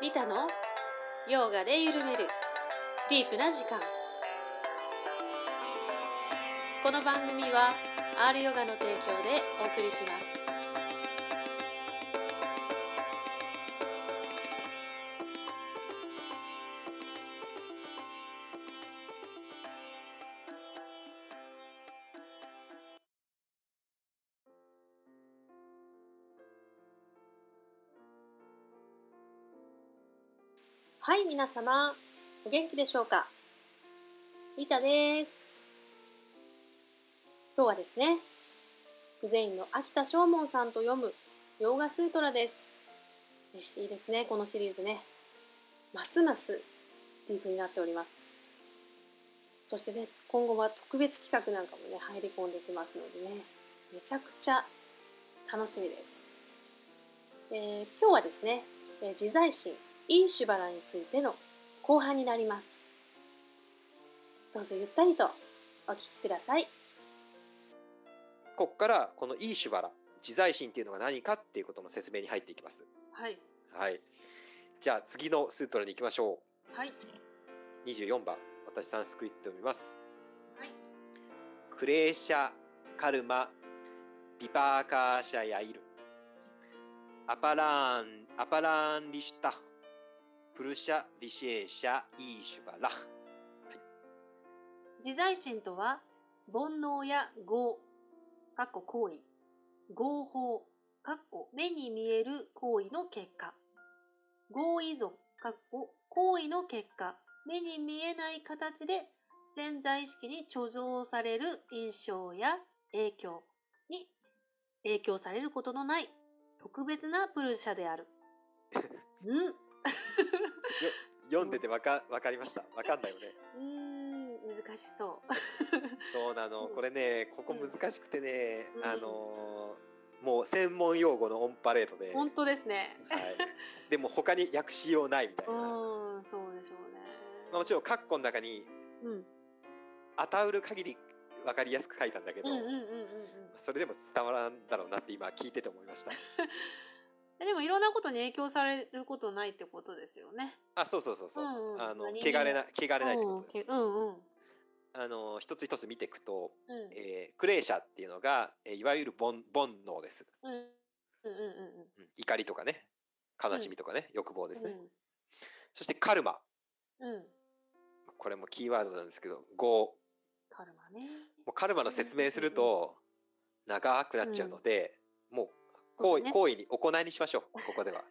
リタのヨガで緩めるディープな時間この番組は R ヨガの提供でお送りしますはい皆様お元気でしょうかリタです今日はですね久善院の秋田正門さんと読む洋画スートラですえいいですねこのシリーズねますますディープになっておりますそしてね今後は特別企画なんかもね入り込んできますのでねめちゃくちゃ楽しみです、えー今日はですね、えー自在心インシュバラについての後半になりますどうぞゆったりとお聞きくださいここからこのイーシュバラ自在心っていうのが何かっていうことの説明に入っていきますはいはいじゃあ次のスートラに行きましょはい。う24番私サンスクリットを見ますはい。クレーシャカルマビパーカーシャヤイルアパラーンアパラーンリシュタフプルシャビシェーシャイーシュバラ自在心とは、煩悩や業、かっこ行為、合法、かっこ目に見える行為の結果、合依存、かっこ行為の結果、目に見えない形で潜在意識に貯蔵される印象や影響に影響されることのない特別なプルシャである。うん。読んでてわかわかりましたわかんないよねうーん、難しそう。そうなの、うんこれね、ここ難しくてね、うんあのーもう専門用語のオンパレードで、はい本、当ですね。でも他に訳しようないみたいな、まうん、そうでしょうね。あ、もちろんカッコの中にうん、当たる限り分かりやすく書いたんだけど、うんうんうんうんうん。それでも伝わらんだろうなって今聞いてて思い ました。でもいろんなことに影響されることないってことですよね。あ、そうそうそうそう、うんうんあの何にも汚れな汚れないってことです。うんうんうんあのー一つ一つ見ていくと、うんえークレーシャっていうのが、えーいわゆる煩煩悩です、うんうんうんうん。うん怒りとかね、悲しみとかね、欲望ですね。うんそしてカルマ。うん。これもキーワードなんですけど業カルマね。もうカルマの説明すると長くなっちゃうので、もうそうだ行為,、ね行為に行いにしましょうここでは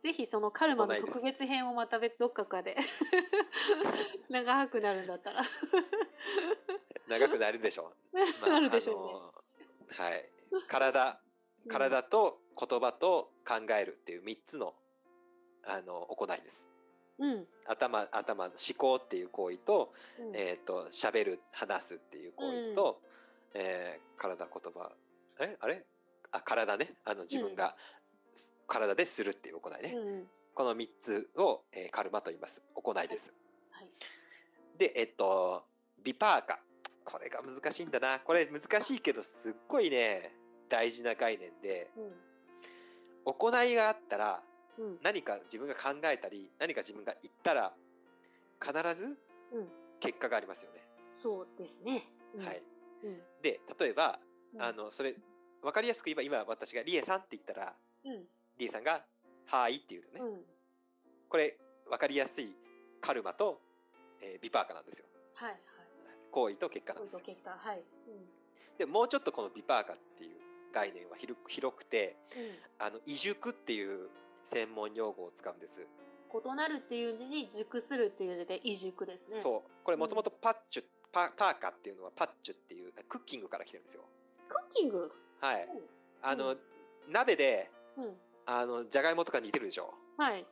ぜひそのカルマの行いです特別編をまた別どっか かで長くなるんだったら。長くなるでしょ う、なるでしょうねあのはい体体と言葉と考えるっていう3つのあの行いですうん。うん。頭頭思考っていう行為と、うんえっ、と喋る話すっていう行為と、えー体言葉えあれあ体ねあの自分が、す体でするっていう行いね、うんうん。この3つを、えーカルマと言います行いです、はい。でえっとビパーカこれが難しいんだなこれ難しいけどすっごいね大事な概念で行いがあったらうんうん何か自分が考えたり何か自分が言ったら必ずうん。結果がありますよね、そうですね。うんはい。うんで例えばうんあのそれ分かりやすく言えば今私が「リエさん」って言ったらうんリエさんが「はーい」って言うのね、うん。これ分かりやすいカルマと、えービパーカなんですよはいはい。行為と結果なん今です度よ結果はい。うんでもうちょっとこのビパーカっていう概念は広く広くてうん。あの移熟っていう専門用語を使うんです、異なるっていう字に熟するっていう字で異熟ですね。う。そうこれもともとパッチュパパーカっていうのはパッチュっていうクッキングから来てるんですよクッキング。はいうんあの、う鍋でうん。あのじゃがいもとか似てるでしょはい。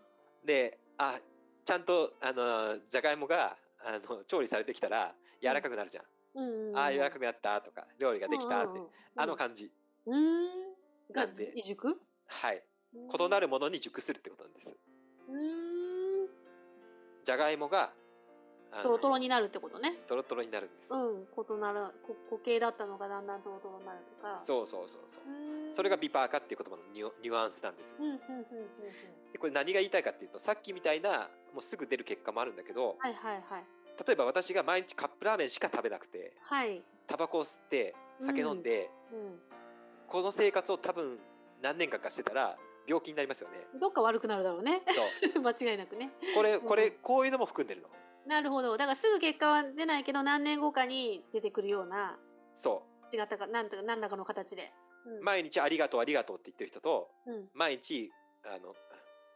であちゃんとあのじゃがいもがあの調理されてきたら柔らかくなるじゃん、うん、うん。ああ柔らかくなったとか料理ができたって、うんうんうんあの感じうん。がなんで異熟。はい異なる。ものに熟するってことなんですうん。じゃがいもがあのトロトロになるってことねトロトロになるんです、うんことならこ固形だったのがだんだんトロトロになるとかそうそうそうそううーんそれがビパーカっていう言葉のニュニュアンスなんですようんうんうんうんうんでこれ何が言いたいかっていうとさっきみたいなもうすぐ出る結果もあるんだけどはいはいはい例えば私が毎日カップラーメンしか食べなくてはいタバコを吸って酒飲んで、うこの生活を多分何年間かしてたら病気になりますよね。んどっか悪くなるだろうね そう間違いなくね これんこれこういうのも含んでるの。なるほどだからすぐ結果は出ないけど何年後かに出てくるようなそ違ったかなんとか何らかの形で、ううん毎日ありがとうありがとうって言ってる人とうん毎日あの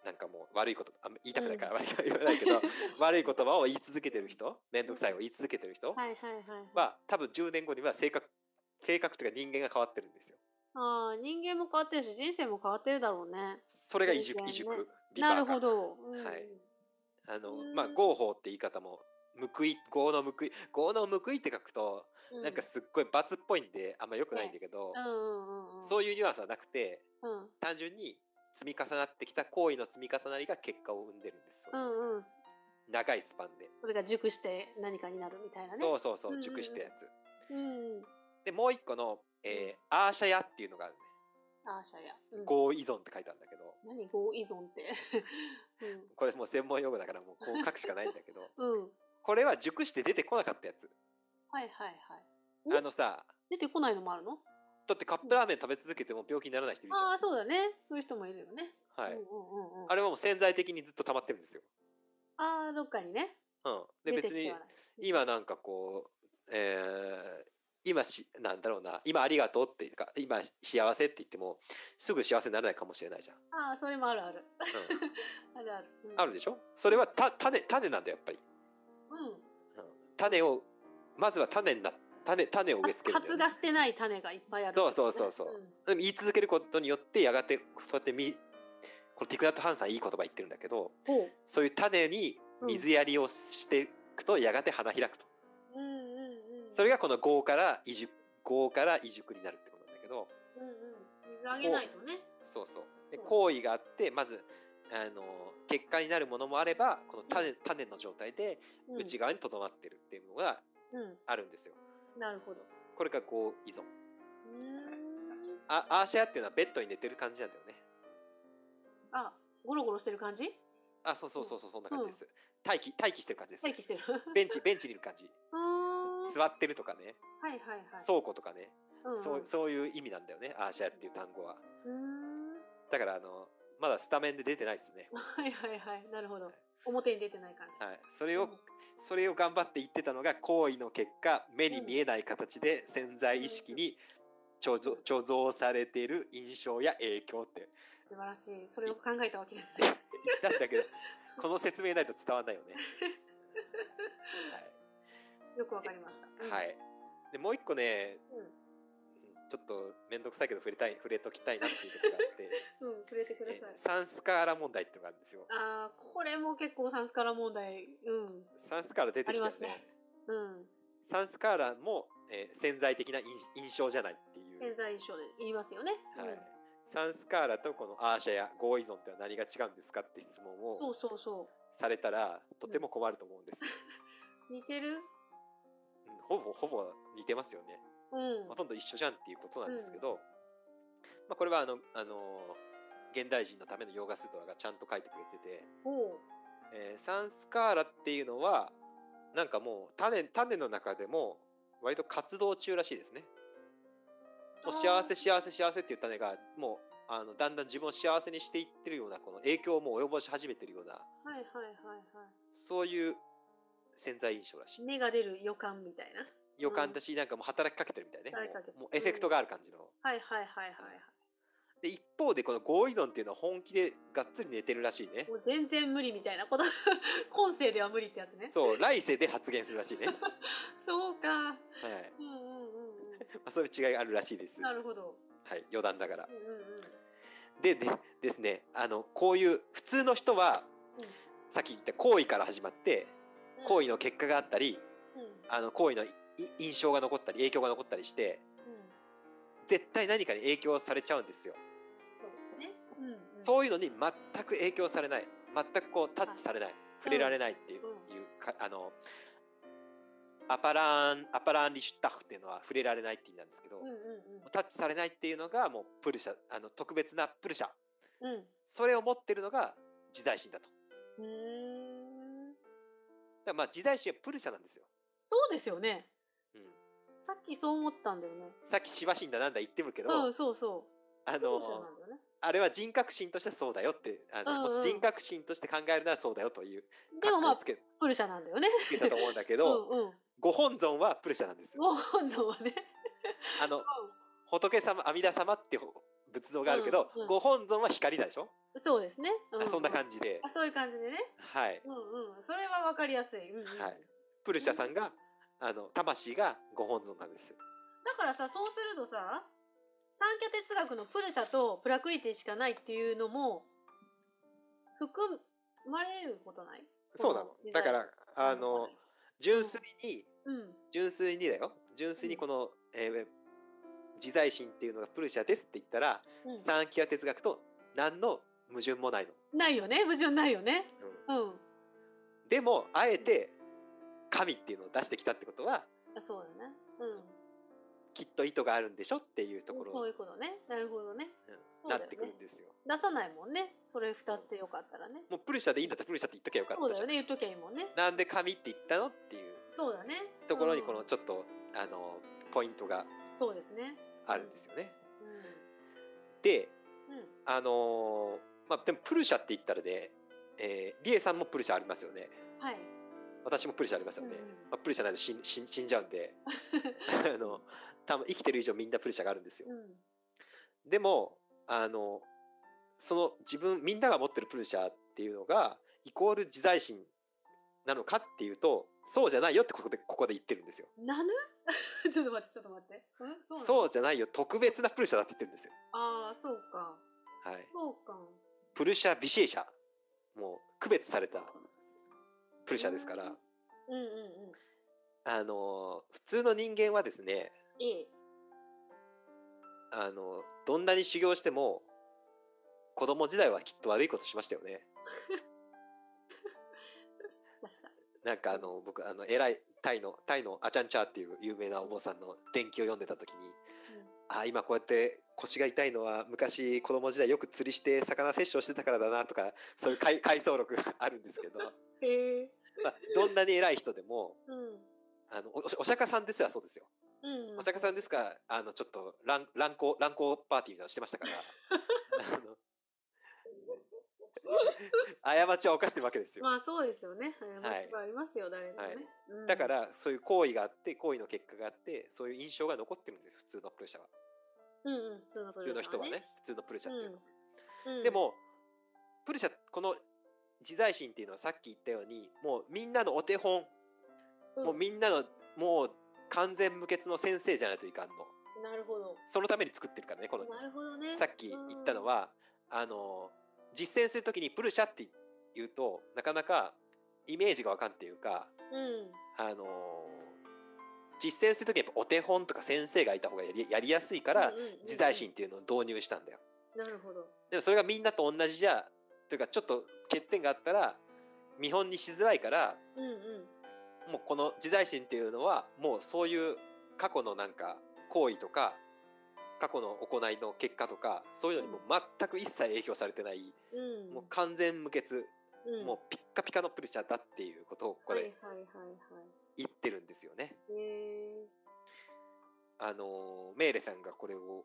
なんかもう悪いことあんま言いたくないから悪いことは言わないけ ど悪い言葉を言い続けてる人面倒くさいを言い続けてる人はいはいはいは多分10年後には性格性格というか人間が変わってるんですよ。ああ人間も変わってるし人生も変わってるだろうねそれが移熟そう移ですよね熟ビなバるーカほど、うんはいあのうんまあ合法って言い方も報い業の報い業の報いって書くとうなんかすっごい罰っぽいんであんま良くないんだけど、うんうんうんうんそういうニュアンスはなくてうんうん単純に積み重なってきた行為の積み重なりが結果を生んでるんですよ、うんうん長いスパンで、それが熟して何かになるみたいなねそうそうそうんうんううん熟したやつ、うんうんでもう一個の、えーアーシャヤっていうのがあるねアーシャや、うん、合依存って書いたんだけど何合依存って これもう専門用語だからもうこう書くしかないんだ けどうん、うん、これは熟して出てこなかったやつはいはいはいおあのさ出てこないのもあるのだってカップラーメン食べ続けても病気にならない人いるじああそうだねそういう人もいるよね、ゃん、はいうんうんうんうん、ああれはもう潜在的にずっと溜まってるんですよ、あーどっかにねうん、で別に今なんかこう、えー今しなんだろうな今ありがとうっていうか今幸せって言ってもすぐ幸せにならないかもしれないじゃん、ああーそれもあるある うんあるある、うん、あるでしょそれはた種種なんだよやっぱり、うんうん種をまずは種にな種種を植え付けるんだ発よね芽してない種がいっぱいある、そうそうそうそうでも言い続けることによってやがてそうやってみこのティクナット・ハンさんいい言葉言ってるんだけどうん、ほうそういう種に水やりをしていくとやがて花開くと、うんうんうんそれがこの合から移熟合から移熟になるってことなんだけどうんうん水あげないとねそうそうでそう行為があってまずあの結果になるものもあればこの種種の状態でうん内側にとどまってるっていうのがうあるんですよ。んなるほどこれが合依存うーんあアーシェアっていうのはベッドに寝てる感じなんだよね。あゴロゴロしてる感じあそうそうそうそうそんな感じです。待機待機してる感じです。待機してる ベンチベンチにいる感じあー座ってるとかねはいはいはい倉庫とかね、うんうんそうそういう意味なんだよねアーシェアっていう単語は。うーんだからあのまだスタメンで出てないですね。はいはいはいなるほど表に出てない感じ、はい、それを、うんそれを頑張って言ってたのが行為の結果目に見えない形で潜在意識に貯蔵貯蔵されている印象や影響って素晴らしいそれを考えたわけですね言ったんだけ どこの説明ないと伝わらないよね。よくわかりましたうんはい、はい、でもう一個ねうんちょっと面倒くさいけど触れたい触れときたいなっていうところがあって うん、触れてくださいえサンスカーラ問題っていうのがあるんですよ。ああこれも結構サンスカラ問題うんサンスカーラ出てきたあよりますねね。うんサンスカーラも、えー潜在的な印印象じゃないっていう。潜在印象で言いますよね、はういん、サンスカーラとこのアーシャや合依存ってのは何が違うんですかって質問そをうそうそされたらとても困ると思うんです、う似てるうんほぼほぼ似てますよねうんほとんど一緒じゃんっていうことなんですけど、まあ、これはあの、あのー現代人のためのヨガスートラがちゃんと書いてくれてて、ほえーサンスカーラっていうのはなんかもう種種の中でも割と活動中らしいですね。もう幸せ幸せ幸せっていう種がもうあのだんだん自分を幸せにしていってるようなこの影響をもう及ぼし始めてるようなうはいはいはいはそういう潜在印象らしいい芽が出る予感みたいな予感だしなんかもう働きかけてるみたいね働きかけてるもうもうエフェクトがある感じのはいはいはいはいはいで一方でこの合依存っていうのは本気でがっつり寝てるらしいねもう全然無理みたいなこと 今世では無理ってやつねそう来世で発言するらしいね、はいそうかうんうんうんう まあ、そういう違いがあるらしいですん なるほどはい余談だからうんうんうんででですねあのこういう普通の人は、うんさっき言った行為から始まってうん行為の結果があったりうんあの行為のい印象が残ったり影響が残ったりしてうん絶対何かに影響されちゃうんですよ、そうねうんうんそういうのに全く影響されない全くこうタッチされない触れられないっていう,、うんいうかあのアパラン、アパランリシュタフっていうのは触れられないって意味なんですけど、うんタッチされないっていうのがもうプルシャ、あの、特別なプルシャ。うんうん。うん。それを持ってるのが自在心だと。だかうーんらまあ自在心はプルシャなんですよ。そうですよね。うん。さっきそう思ったんだよね。さっきシバ神だなんだ言ってるけど、うん、そうそう。あそのう、そうなんだよね。あれは人格心としてはそうだよって、あの、うんうんもし人格心として考えるならそうだよという、でもまあつ、けプルシャなんだよね。つけたと思うんだけうど、んうん。ご本尊はプルシャなん ですよ。ご本尊はね。あの、仏様、阿弥陀様って仏像があるけど、うんうんご本尊は光だでしょ、そうですね。うあそんなじ。感じであ、、そういう感じでね。はい。うんうん。それはわかりやすい。うんうん。はいプルシャさんが、あの、魂がご本尊なんですよ。だからさそうするとさ三拠哲学のプルシャとプラクリティしかないっていうのも含まれることないそうなのこの。だから、あわのかんない、純粋に、うん純粋にだよ。純粋にこの、えー自在心っていうのがプルシャですって言ったら、うん、三キア哲学と何の矛盾もないの。ないよね矛盾ないよねうんうんでも、あえて、神っていうのを出してきたってことは、あそうだねうんきっと意図があるんでしょっていうところそういうことねなるほどねうんなってくるんですよ。出さないもんねそれ二つでよかったらねもうプルシャでいいんだったらプルシャって言っときゃよかそうっただじよゃん。ね言っときゃいいもんねなんで神って言ったのっていうそうだねところにこうのんちょっと、あのポイントがそうですねあるんですよね。うで、んうんあのーまあでもプルシャって言ったらね、えー、リエさんもプルシャありますよね。はい私もプルシャありますようね。んうんまあ、プルシャないと死ん死ん死んじゃう んで、あの多分生きてる以上みんなプルシャがあるんですよ。うんでもあのその自分みんなが持ってるプルシャっていうのがイコール自在心なのかっていうとそうじゃないよってここでここで言ってるんですよ。なぬ ちょっと待ってちょっと待ってうんそうなのそうじゃないよ特別なプルシャだって言ってるんですよ。ああそうかはい、そうかプルシャビシェーシャもう区別されたプルシャですから。うんうんうんあの普通の人間はですねええあのどんなに修行しても子供時代はきっと悪いことしましたよねしたしたなんかあの僕あの偉いタイのタイのアチャンチャーっていう有名なお坊さんの伝記を読んでた時に、あ今こうやって腰が痛いのは昔子供時代よく釣りして魚殺生してたからだなとかそういう回回想録があるんですけど、へえまあ、どんなに偉い人でもうんあのおお釈迦さんですらそうですよ。うんお釈迦さんですかあのちょっと乱乱行乱行パーティーみたいなのしてましたからあの過 ちは犯してるわけですよ、まあそうですよねはい過ちはありますよ、誰でもね、はいうんだからそういう行為があって行為の結果があってそういう印象が残ってるんですよ普通のプルシャはうんうん普通の普通の人はね普通のプルシャっていうのは、で、もプルシャこの自在心っていうのはさっき言ったようにもうみんなのお手本、うんもうみんなのもう完全無欠の先生じゃないといかんのうんなるほどそのために作ってるからねこの人なるほどねさっき言ったのは、あの実践するときにプルシャって言うとなかなかイメージがわかんっていうか、うんあの実践するときにやっぱお手本とか先生がいた方がやりやりやすいからうんうんうんうん自在心っていうのを導入したんだよ。なるほどでもそれがみんなと同じじゃというかちょっと欠点があったら見本にしづらいからうんうんもうこの自在心っていうのはもうそういう過去のなんか行為とか過去の行いの結果とかそういうのにもう全く一切影響されてないうんもう完全無欠、うんもうピッカピカのプルシャだっていうことをここはいはでいはいは言ってるんですよね。いへえあのーメーレさんがこれを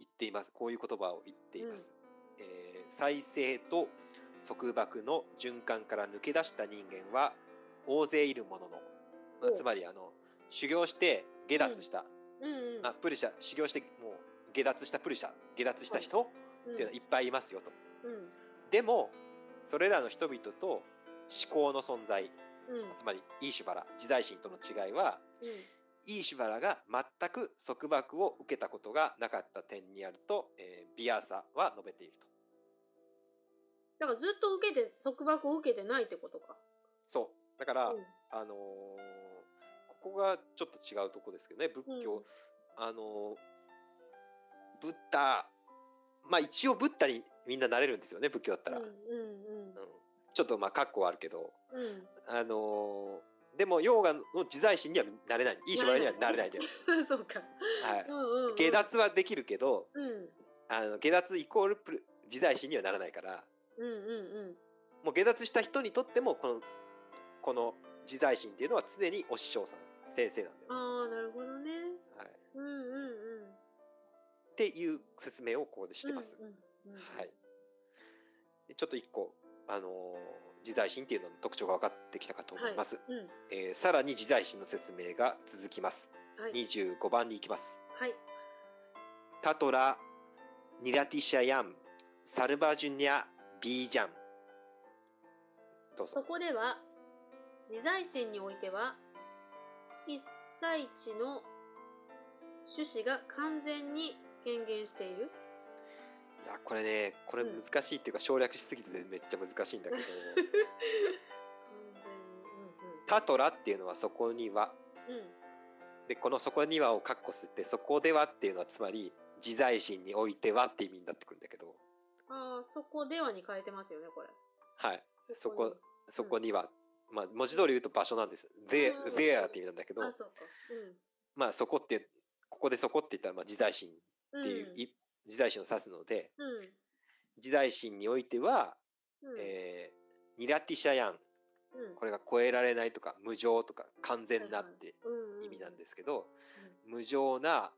言っています。こういう言葉を言っています。えー再生と束縛の循環から抜け出した人間は大勢いるものの、まあおつまりあの修行して下脱した、うんうんまあ、プルシャ修行してもう下脱したプルシャ下脱した人っていうのはいっぱいいますよと。うんでもそれらの人々と思考の存在うんうんつまりイーシュバラ自在心との違いはイーシュバラが全く束縛を受けたことがなかった点にあると、えービアーサは述べていると。だからずっと受けて束縛を受けてないってことかそうだから、うんあのーここがちょっと違うとこですけどね仏教、うんあのーブッダまあ一応ブッダにみんななれるんですよね仏教だったら、うんうんうんうんちょっとまあカッコはあるけど、うんあのーでもヨーガの自在心にはなれないいい縛りにはなれないけど、そうか。はいうんうん、うん。下。脱はできるけどうん。あの下脱イコールプル自在心にはならないからうんうんうん。もう下脱した人にとってもこのこの自在心っていうのは常にお師匠さん先生なんだよ、ああ、なるほどね。はい、っうんうんうん。ていう説明をここでしてます、うんうんうん、はい。でちょっと一個あのー自在心っていうのの特徴が分かってきたかと思います、うん。えーさらに自在心の説明が続きますはい。 25番に行きますはい。タトラ、ニラティシャヤン、サルバジュニャ、ビージャン。どうそ ぞ。こでは自在心においては一歳値の趣旨が完全に権限している。いや、これね、これうん難しいっていうか、省略しすぎててめっちゃ難しいんだけど。 完タトラっていうのはそこには、全に。うんうん。で、このそこにはをカッコ吸って、そこではっていうのはつまり。自在心においてはって意味になってくるんだけど。ああ、そこではに変えてますよね、これ。はい、そにこ、そこには。まあ、文字通り言うと場所なんですよ。でうん、でやって意味なんだけどあ、そうか。まあ、そこって。ここでそこって言ったら、まあ、自在心っうん。ていう、い自在心を指すので。うん。うん。自在心においては、うんえーニラティシャヤンうんこれが超えられないとか無常とか完全なってうんうん意味なんですけど、無常な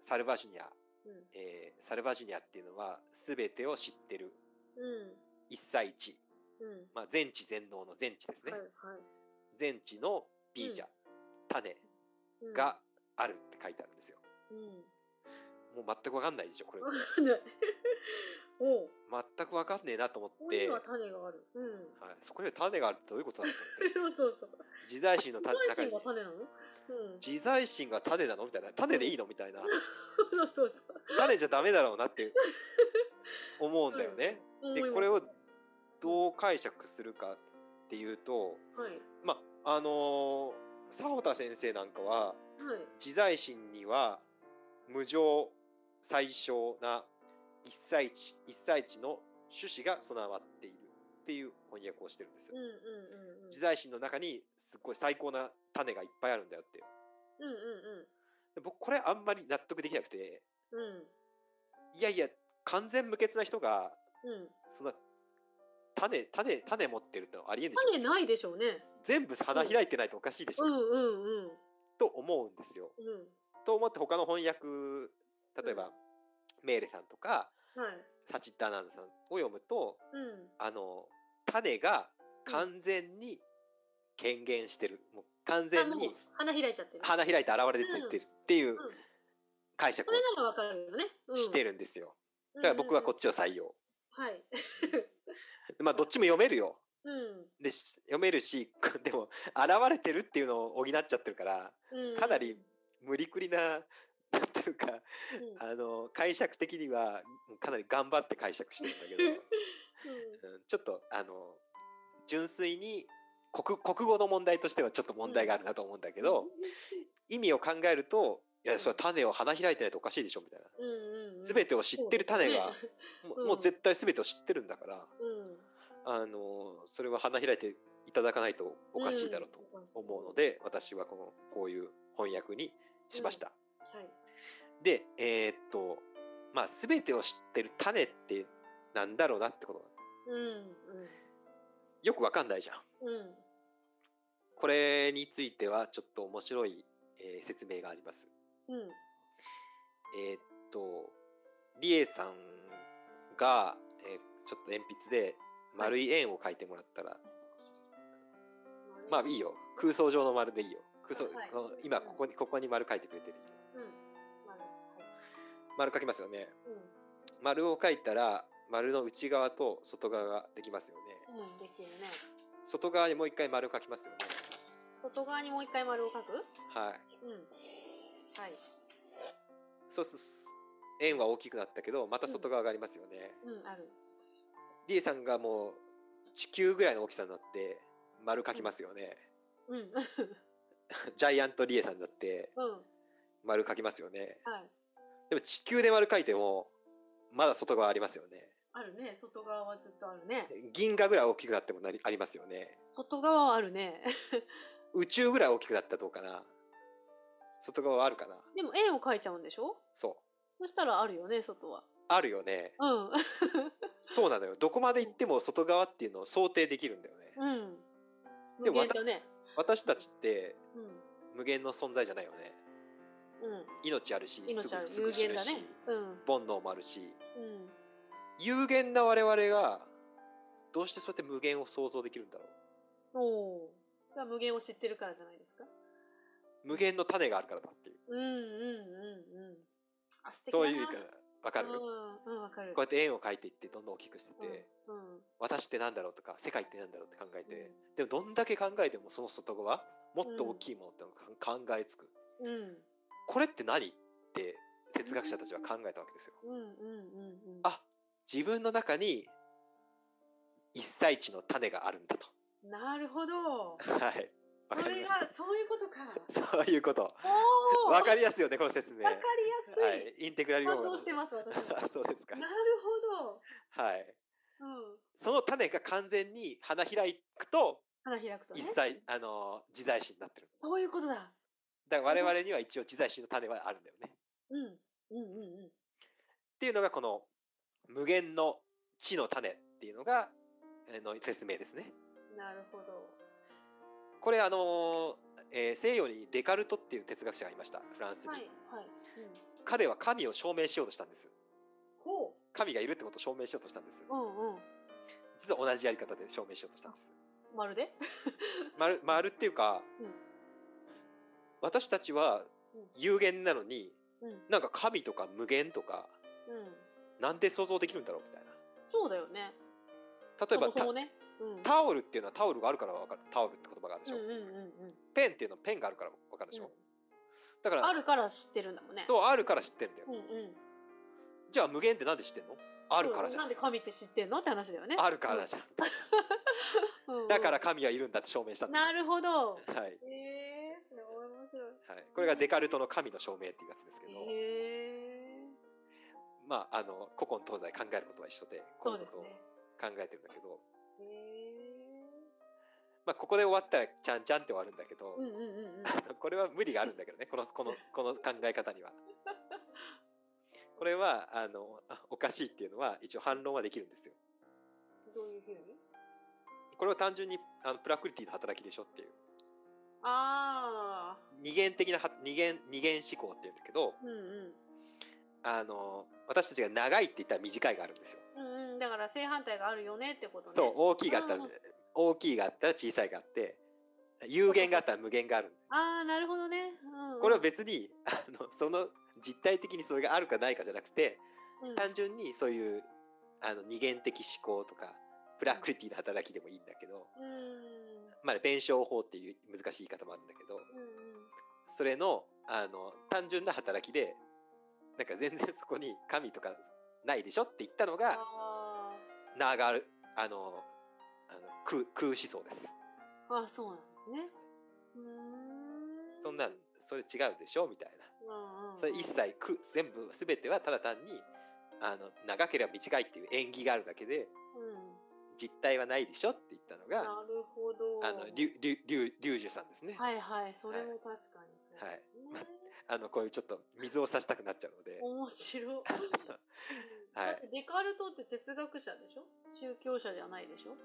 サルバジュニア、えーサルバジュニアっていうのは全てを知ってる一切一、まあ、全知全能の全知ですね、全知のビージャ、種があるって書いてあるんですよ。もう全く分かんないでしょこれ お全く分かんねえなと思っここて、には、はい種がある。うん。 そこには種があるってどういうことなのかってそうそうそう。自在心のた自中在に心が種なの？うん。 自在心が種なのみたいな種でいいのみたいなそうそうそう。種じゃダメだろうなって思うんだよね。うん。で思いますこれをどう解釈するかっていうとはいまああのー佐保田先生なんかははい。自在心には無常最小な一歳一一歳一の趣旨が備わっているっていう翻訳をしてるんですうんよ。うんうんうん。自在心の中にすっごい最高な種がいっぱいあるんだよっていううんうんで僕これあんまり納得できなくてうんうんいやいや、完全無欠な人が、うん。そんな、種、種、種持ってるってのはありえんでしょ種ないでしょうね。全部花開いてないとおかしいでしょ、うんうんうんと思うんですよ。うと思って他の翻訳、例えば、うんメーレさんとか、ん。はい。サチッダーナンさんを読むと、うん。あの、種が完全に権限してる。もう完全あもうに花開いちゃってる。花開いて現れてってるっていううん解釈それならわかるよね。をしてる。るんですよ。だから僕はこっちを採用。うん。はい。まあ、どっちも読めるよ。うん。でし読めるし でも現れてるっていうのを補っちゃってるからうんかなり無理くりな なんていうかうんうんあの解釈的にはかなり頑張って解釈してるん だけど、うんちょっとあの純粋に国国語の問題としてはちょっと問題があるなと思うんだけど、意味を考えるといやそれは種を花開いてないとおかしいでしょみたいな。うんうん全てを知ってる種が、そうもううんもう絶対全てを知ってるんだから、うんあのそれは花開いていただかないとおかしいだろうとん思うので私はこのこういう翻訳にしました。はいでえーっとまあ全てを知ってる種ってなんだろうなってことうんよくわかんないじゃん。うんうんこれについてはちょっと面白い、えー説明があります。うんえーっとリエさんが、えーちょっと鉛筆で丸い円を描いてもらったら、まあいいよ空想上の丸でいいよ空想、はいこの今ここにここに丸描いてくれてるうんまあ丸描きますよねうん丸を描いたら丸の内側と外側ができますよねうんできるね外側にもう一回丸を描きますよね外側にもう一回丸を描くはいうんはいそうす円は大きくなったけどまた外側がありますよね、うんあるリエさんがもう地球ぐらいの大きさになって丸描きますよね、うんジャイアントリエさんだってうん丸描きますよねはいでも地球で丸描いてもまだ外側ありますよねあるね外側はずっとあるね銀河ぐらい大きくなってもなりありますよね外側はあるね宇宙ぐらい大きくなったらどうかな外側はあるかなでも円を描いちゃうんでしょそうそしたらあるよね外はあるよねうんそうなのよどこまで行っても外側っていうのを想定できるんだよね、うんで無も限だね私たちってうん無限の存在じゃないよねうん命あるし命あるす無ぐす限ぐだ死ぬし、ねうん煩悩もあるしうん有限な我々がどうしてそうやって無限を想像できるんだろうおおそれは無限を知ってるからじゃないですか無限の種があるからだっていううんうんうんうんあ素敵だそなういう意味からわかる、こうんうんわかるうやって円を描いていってどんどん大きくしてって、うんうん私ってなんだろうとか世界ってなんだろうって考えて、でもどんだけ考えてもその外側もっと大きいものってのが考えつく、うんこれって何って哲学者たちは考えたわけですようんうんうんうんあ自分の中に一歳地の種があるんだとなるほどはいそわかりれまがしたそういうことか そういうことおおわかりやすいよねこの説明わかりやすいはい、インテグラル用感語なの動でしてます私あ そうですかなるほどはいうんその種が完全に花開くと花開くとね一切あの自在心になってるそういうことだだから我々には一応自在心の種はあるんだよねっうんうんうんうんていうのがこの無限の地の種っていうのがあの説明ですねなるほどこれあの、えー西洋にデカルトっていう哲学者がいましたフランスに、はいはい、うん、彼は神を証明しようとしたんですほ神がいるってことを証明しようとしたんですううんうん実は同じやり方で証明しようとしたんですまるで丸丸っていうか、うん私たちはうん有限なのにうんうんなんか神とか無限とかなんで想像できるんだろうみたいなそうだよね例えばそもそもねうんタタオルっていうのはタオルがあるからわかるタオルって言葉があるでしうょ、んうんうんうんペンっていうのはペンがあるからわかるでしょ、うんだからあるから知ってるんだもんねそうあるから知ってんだよ、うんうんじゃあ無限ってなんで知ってんのあるからじゃん、そうなんで神って知ってんのって話だよねあるからじゃん、うんうんうんだから神はいるんだって証明したんでなるほどすよはい、ええー、すごい面白いはい、これがデカルトの神の証明っていうやつですけど、ええー、まああの古今東西考えることは一緒でそこうういうでこすとをね考えてるんだけど、えまあ、ここで終わったらちゃんちゃんって終わるんだけー、ど、うんうんうんうんこれは無理があるんだけどねこのこのこの考え方に は。これはあのあおかしいっていうのは一応反論はできるんですよ。どういうふうにこれは単純にあのプラクリティの働きでしょっていうああ二元的なは二元二元思考っていうんだけどうんうんあの私たちが長いって言ったら短いがあるんですよ。うんうんだから正反対があるよねってことねそう大きいがあったらうん大きいがあったら小さいがあって有限があったら無限がある。ああなるほどね、うんうん、これは別にあのその実体的にそれがあるかないかじゃなくてうん単純にそういうあの二元的思考とかプラクリティの働きでもいいんだけど、うんまあね、弁証法っていう難しい言い方もあるんだけどうんうんそれのあの単純な働きでなんか全然そこに神とかないでしょって言ったのがあナーガルあのあの空空思想です。ーあーそうなんですねうーんそんなんそれ違うでしょみたいな。うんうんそれ一切く全部全てはただ単にあの長ければ短いっていう縁起があるだけでうん実体はないでしょって言ったのながるほどあのリュリュリュリュウジュさんですね、はいはいそれも確かにそうはいねあのこういうちょっと水を差したくなっちゃうの で面 白い、はいだってデカルトって哲学者でしょ宗教者じゃないでしょ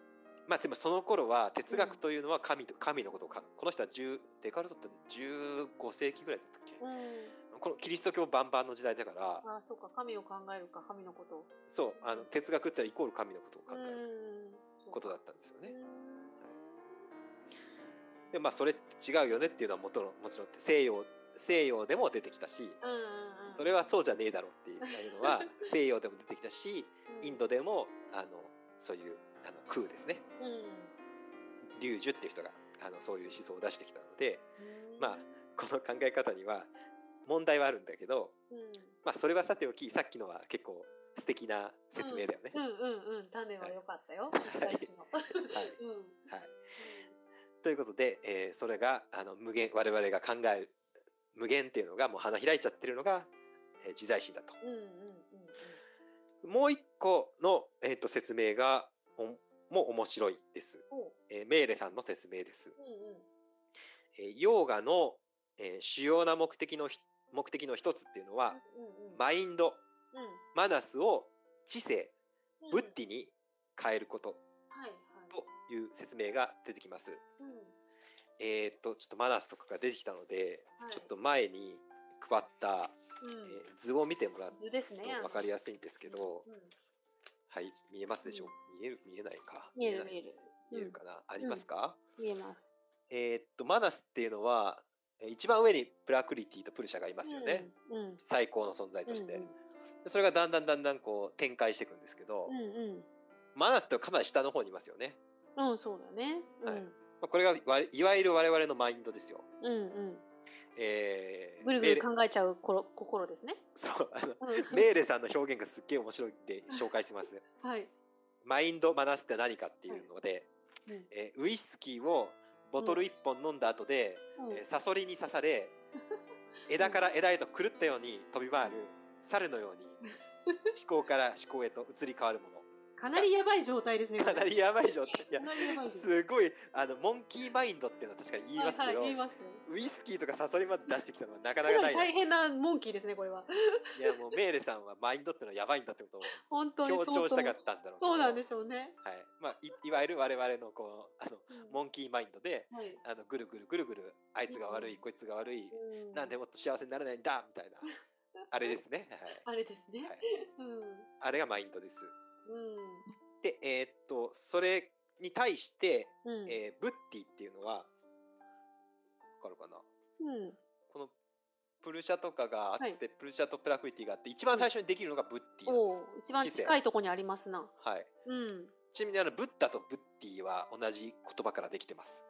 まあでもその頃は哲学というのは神と神のことをかこの人は10デカルトって15世紀ぐらいだったっけうんこのキリスト教バンバンの時代だからあそうか神を考えるか神のことをそうあの哲学ってのはイコール神のことを考えるることだったんですよね。うんでまあそれって違うよねっていうのはもちろんもちろん西洋西洋でも出てきたしうんうんうんそれはそうじゃねえだろう っていうのは西洋でも出てきたしインドでもあのそういうあの空ですねうん、うん龍樹っていう人があのそういう思想を出してきたのでまあこの考え方には問題はあるんだけど、うんまあ、それはさておきさっきのは結構素敵な説明だよね。うんうんうん種は良かった よ、一対一のはいうんうんはい、ということで、えーそれがあの無限我々が考える無限っていうのがもう花開いちゃってるのが、えー自在心だと。うんうんうんもう一個の、えっと説明がおも面白いです、おうえーメーレさんの説明です。うんうんえーヨーガの、えー主要な目的のひ目的の一つっていうのは、うんうんマインド、うんマナスを知性、うんブッディに変えることはいはいという説明が出てきます。うんえーっと、ちょっとマナスとかが出てきたので、はいちょっと前に配った、うえーん図を見てもらう図ですねと分かりやすいんですけど、うんはい、見えますでしょう、見える見えないか。見えるない見える見えるかな、ありますか、見えますえーっと、マナスっていうのは、えー一番上にプラクリティとプルシャがいますよね。うんうん最高の存在として、うんそれがだんだんだんだんこう展開していくんですけど、うんマナスってかなり下の方にいますよね、うんうんそうだねうはいんまあ、これがわいわゆる我々のマインドですよ、うんうんえー、ぐるぐメるーレ考えちゃう心心ですねそうあのうんメーレさんの表現がすっげえ面白いんで紹介してます はいマインドマナスって何かっていうので、うんえーウイスキーをボトル1本飲んだ後で、うんえーサソリに刺 され枝から枝へと狂ったように飛び回る猿の ように思考から思考へと移り変わるものかなりやばい状態ですねかなりやばい状 態いやかなりやばいですすごいあのモンキーマインドっていうのは確かに言いますけど、はいはい、言いますけどウイスキーとかサソリまで出してきたのは なかなかなかなりいな大変なモンキーですねこれはいやもうメーレさんはマインドっていうのはやばいんだってことを本当に強調したかたったんだろうけどそうなんでしょうね、はいまあ、いいわゆる我々のこうあのうんモンキーマインドではいあのぐるぐるぐるぐるあいつが悪い、うんこいつが悪い、うなんでもっと幸せにならないんだみたいな あれですね、はいあれですね、はい、 うんあれがマインドですうでえーっとそれに対して、んうんえーブッティっていうのはわかるかなうんこのプルシャとかがあって、はいプルシャとプラクリティがあって一番最初にできるのがブッティなんおでうす。一番近いとこにありますなはい。うんちなみにあのブッダとブッティは同じ言葉からできてます。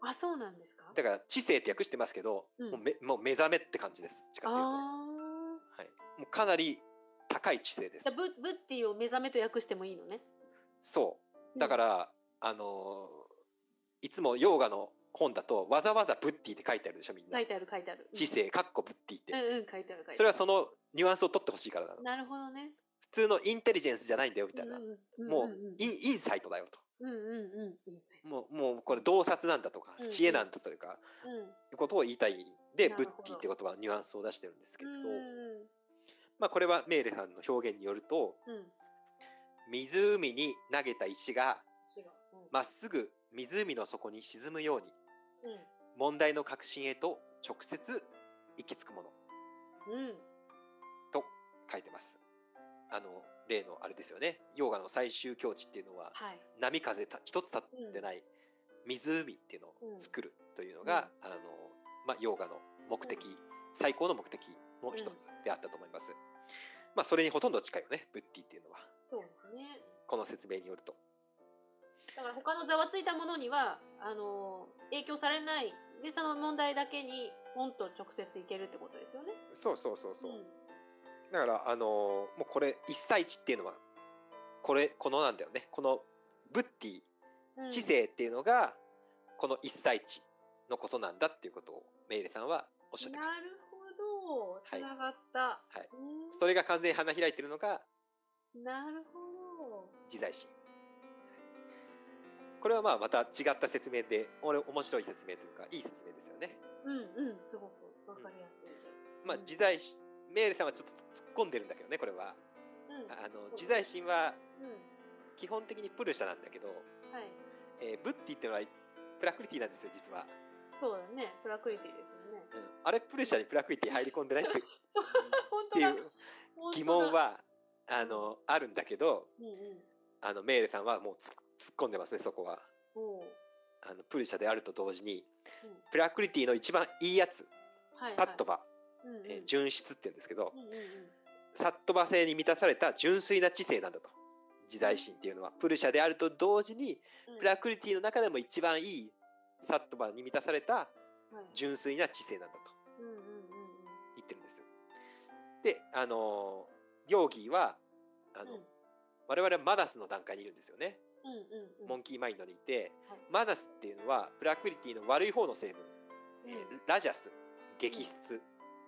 あそうなんですかだから知性って訳してますけど、うんもうめもう目覚めって感じです。近あくで言うと、はあい。もうかなり高い知性でじすゃあ。ブブッティを目覚めと訳してもいいのねそうう。だかんら、あのーいつもヨーガの本だとわざわざブッティって書いてあるでしょみんな。書いてある書いてある知性かっこブッティって、うんうん書いてある書いてそあれるはそのニュアンスを取ってほしいからなの。なるほどね普通のインテリジェンスじゃないんだよみたいな。うんもう、んんインインサイトだよと。うんうんうんインサイもう、もうこれ洞察なんだとかうん、知恵なんだというか、トうんいうことを言いたい。で、なブるッほどティって言葉のニュアンスを出してるんですけれど、うんまあこれはメーレさんの表現によると、うん違う湖に投げた石がうんまっすぐ湖の底に沈むように、うん問題の核心へと直接行き着くものうんと書いてます。あの、例のあれですよね。ヨーガの最終境地っていうのは、はい波風た一つ立ってない湖っていうのを作るというのが、あのまあ、ヨーガの目的、う最高の目的の一つであったと思います。まあ、それにほとんど近いよねブッディっていうのはそうですねこの説明によると。だから他のざわついたものにはあのー影響されないでその問題だけにポンと直接いけるってことですよね。そうそうそううんだから、あのもうこれ一切地っていうのはこれこのなんだよねこのブッディうん知性っていうのがこの一切地のことなんだっていうことをメイレさんはおっしゃってなます。るほどはいつながった。はいうんそれが完全に花開いてるのがなるほ自在心これはまあまた違った説明で俺面白い説明というかいい説明ですよねど。うんうんすごくわかりやすいです。まあうん自在心メールさんはちょっと突っ込んでるんだけどねこれはうんうんあの自在心はは基本的にプルシャなんだけど、いえーブッティってのはプラクリティなんですよ実は、そうだねプラクリティですよ ね。うん、あれプルシャにプラクリティ入り込んでないってっ本て当いだう疑問。 本はあのあるんだけど当だうんうん。あのメールさんはもう突っ突っ込んでますねそこはおうあのプルシャであると同時にうんプラクリティの一番いいやつはいはい。サットバうんうん。えー純質って言うんですけど、うんうんうんサットバ性に満たされた純粋な知性なんだと自在心っていうのはプルシャであると同時にうんプラクリティの中でも一番いいサットバに満たされたはい純粋な知性なんだとうんうんうんうん。言ってるんです。であのーヨーギーはあの、うん我々はマナスの段階にいるんですよね、うんうんうん。モンキーマインドにいて、はいマナスっていうのはプラクリティの悪い方の成分、えーラジャス激質、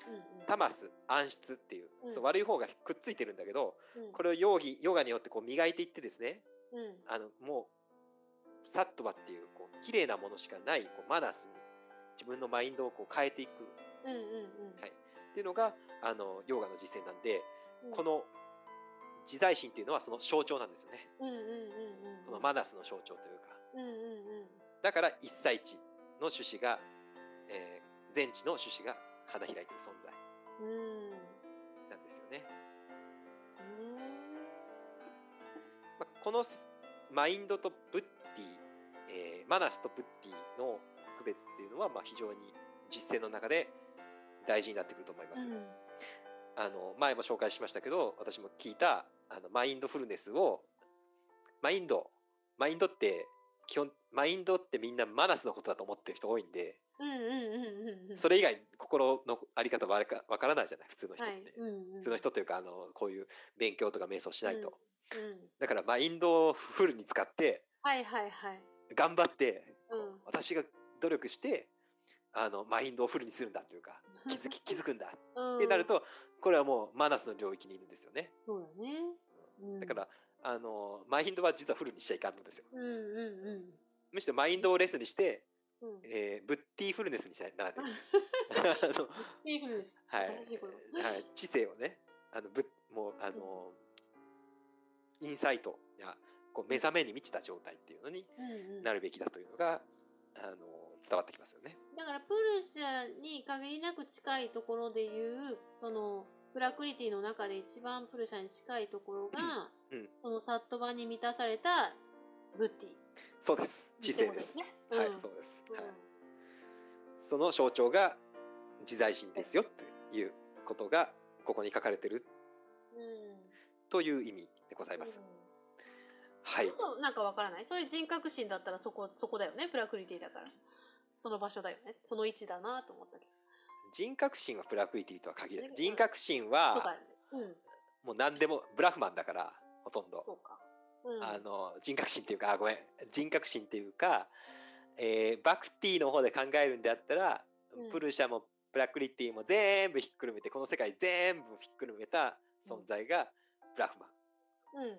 うんタマス暗室っていう,、うんそう悪い方がくっついてるんだけどうんこれをヨーギヨガによってこう磨いていってですねうんあのもうサットバっていうこう綺麗なものしかないこうマナスに自分のマインドをこう変えていくっうんうんていうのがあのヨガの実践なんで、うんこの自在心っていうのはその象徴なんですよねうんうんうんうんこのマナスの象徴というかうんうんうんだから一歳地の種子が、えー全地の種子が花開いてる存在うんなんですよね、うんまあ、このマインドとブッディ、えーマナスとブッディの区別っていうのはまあ非常に実践の中で大事になってくると思います、あの前も紹介しましたけど私も聞いたあのマインドフルネスをマインドマインドって基本マインドってみんなマナスのことだと思ってる人多いんでうんうんうんうんうんそれ以外心のあり方はわかわからないじゃない普通の人って、はいうんうん普通の人というかあのこういう勉強とか瞑想しないと、うんだからマインドをフルに使ってはいはいはい頑張って、うん私が努力してあのマインドをフルにするんだというか気づき気づくんだってなるとこれはもうマナスの領域にいるんですよねそうだねうんだからあのマインドは実はフルにしちゃいかんのですようんうんうんむしろマインドをレスにして、うんえーブッティフルネスにしないな らないあのいいふうですはい、新しいことはい、知性をね、あのぶもうあの、インサイトやこう目覚めに満ちた状態っていうのにうんうんなるべきだというのが、あの伝わってきますよね。だからプルシャに限りなく近いところでいうそのプラクリティの中で一番プルシャに近いところが、うんうんそのサットバに満たされたブッティそうです、知性です。ってことねはい、うんそうです、うんはい。その象徴が自在心ですよっていうことがここに書かれてるという意味でございます。はうん、いちょ、っとなんかわからないそれ人格心だったらそこそこだよねプラクリティだからその場所だよねその位置だなと思ったけど人格心はプラクリティとは限らない。人人格心そうかはうんもう何でもブラフマンだからほとんど。そうかうんあの人格心っていうかあごめん人格心っていうか、えーバクティの方で考えるんであったら、うんプルシャもプラクリティも全部ひっくるめてこの世界全部ひっくるめた存在がブラフマンうんうん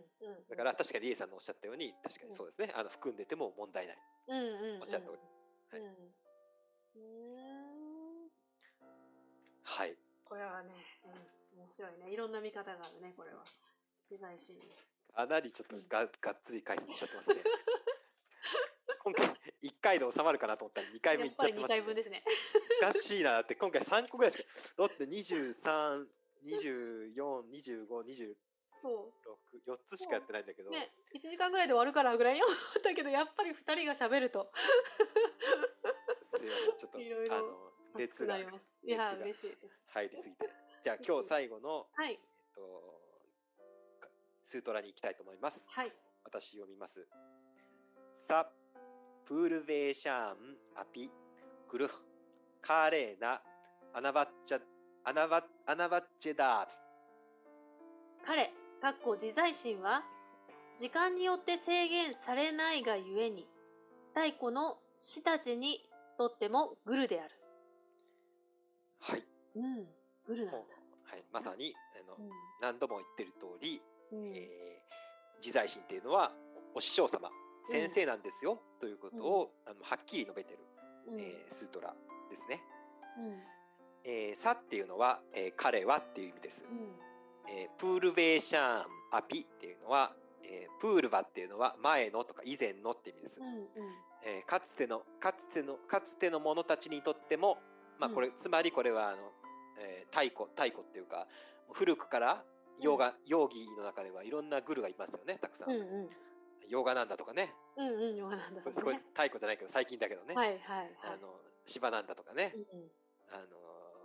だから確かにリエさんのおっしゃったように確かにそうですねあの含んでても問題ないうんうんうんおっしゃる通りうんうんはいこれはね、うん、面白いねいろんな見方があるねこれは自在心理かなりちょっとががっつり解説しちゃってますね今回1回で収まるかなと思ったら2回や分っいっちぱゃっりて2ますね回分ですねおかしいなって今回3個ぐらいしかだって23 24、25、26、そ4つしかやってないんだけど、うね1時間ぐらいで終わるからぐらいに思ったけどやっぱり2人が喋るとすいません、ちょっと、いろいろあの、熱熱くがなりますいや熱が嬉しいです入りすぎて。じゃあ今日最後の、はいえっと、かスートラに行きたいと思います。はい私読みます。サプールベーシャンアピグルフカーレーナアナバッチャアナバアナバッチェダート彼かっこ自在心は時間によって制限されないがゆえに太古の死たちにとってもグルであるはい、うんグルなんだもうはい、まさにあの、うん何度も言ってる通り、うんえー自在心っていうのはお師匠様先生なんですよ、ということを、あのはっきり述べてる、うんえースートラですね。うんえー、さっていうのは、えー彼はっていう意味です。うんえープールベーシャンアピっていうのは、えープールバっていうのは前のとか以前のって意味です。うんうんえーかつてのかつてのかつての者たちにとっても、まあうんこれ、つまりこれはあの、えー太古太古っていうか古くからヨガ、ヨーギーの中ではいろんなグルがいますよねたくさん、うんうんヨガなんだとかねうんうん、ヨガなんだ、これすごいね太古じゃないけど最近だけどね、はいはいはい。あのシバなんだとかね、うんあの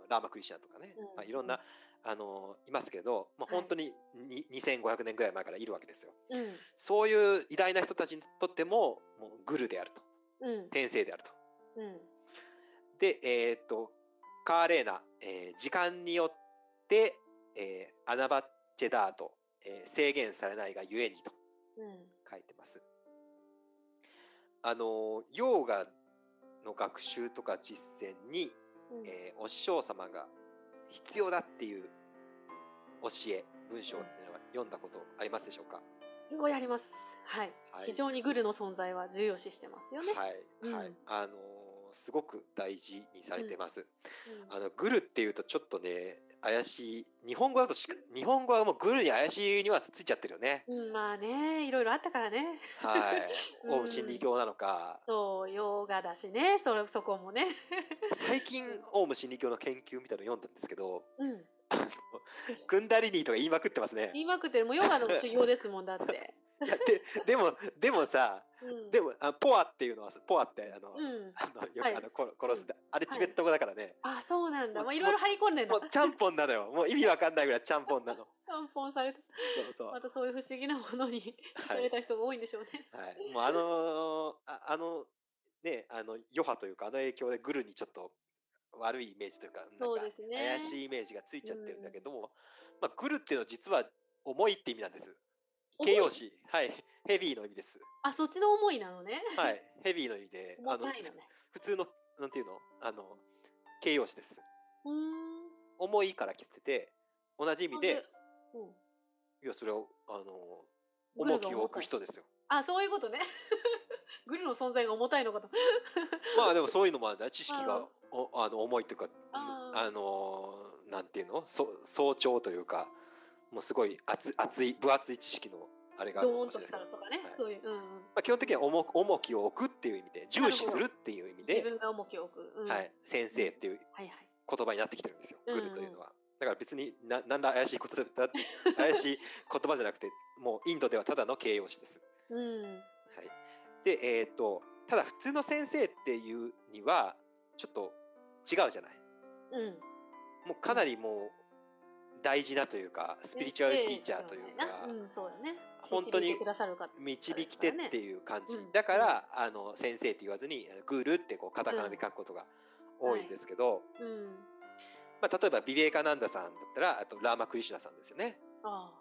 ラーマクリシュナとかね、うんまあ、いろんな、あのいますけど、まあ、はい本当にに、2500年ぐらい前からいるわけですよ。うんそういう偉大な人たちにとってももうグルであるとうん先生であると。うんでえーっとカーレーナ、えー時間によって、えーアナバッチェダーと、えー制限されないがゆえにとうん書いてます。あのヨーガの学習とか実践にうんえーお師匠様が必要だっていう教え文章っていうのは読んだことありますでしょうかすごいあります。はい。はい非常にグルの存在は重要視してますよね。はい、はいうんあのーすごく大事にされてます、うんあのグルっていうとちょっとね怪しい日本語だとし日本語はもうグルに怪しいにはついちゃってるよねうん、まあねいろいろあったからねはい、 うんオウム真理教なのかそう洋画だしねそれそこもね、最近オウム真理教の研究みたいなの読んだんですけど うん、クンダリニーとか言いまくってますね言いまくってるもうヨガの修行ですもんだ って、いやででもでもさうん、でもあポアっていうのはさポアってあの、うんあのよく、はいあのこ殺すってあれチベット語だからね、あそうなんだもうまあいろいろ入り込んでんだもうちゃんぽんなのよもう意味わかんないぐらいちゃんぽんなのちゃんぽんされたそうそう またそういう不思議なものに はさいれた人が多いんでしょうね、はい、もうあのーあ あのねあの余波というかあの影響でグルにちょっと悪いイメージというかなんそうかですね怪しいイメージがついちゃってるんだけども、まあ、グルっていうのは実は重いって意味なんです重形い容詞はいヘビーの意味ですあそっちの思いなのねはいヘビーの意味で重あのたいのふね普通のなんていうのあの形容詞ですうーん重いから来てて同じ意味でうん要はそれをあのグルが重きを置く人ですよあそういうことね グルの存在が重たいのかと まあでもそういうのもあるんだ知識うんがおあの重いというかあーあのーなんていうのそ早朝というかもうすごい厚厚い分厚い知識のあれがあるドかーもンしとれなしいけたどらとかね、はいそういう、うんうん、まあ、基本的には重く重きを置くっていう意味で重視するっていう意味自で、分が重きを置く、うんはい、先生っていうはいはい言葉になってきてるんですよ、うんうんグルというのは。だから別にな何ら怪しいこ とだ怪しい言葉じゃなくてもうインドではただの形容詞です。うんはい、で、えー、とただ普通の先生っていうにはちょっと違うじゃない。うんもうかなりもう大事なというかスピリチュアルティーチャーというかねうん、そうだね。本当導にいてくださるか。導き手っていう感じうんだからあの先生って言わずにあのグルってこうカタカナで書くことが多いんですけどうん。まあ例えばビベカナンダさんだったらあとラーマ・クリシュナさんですよね。あ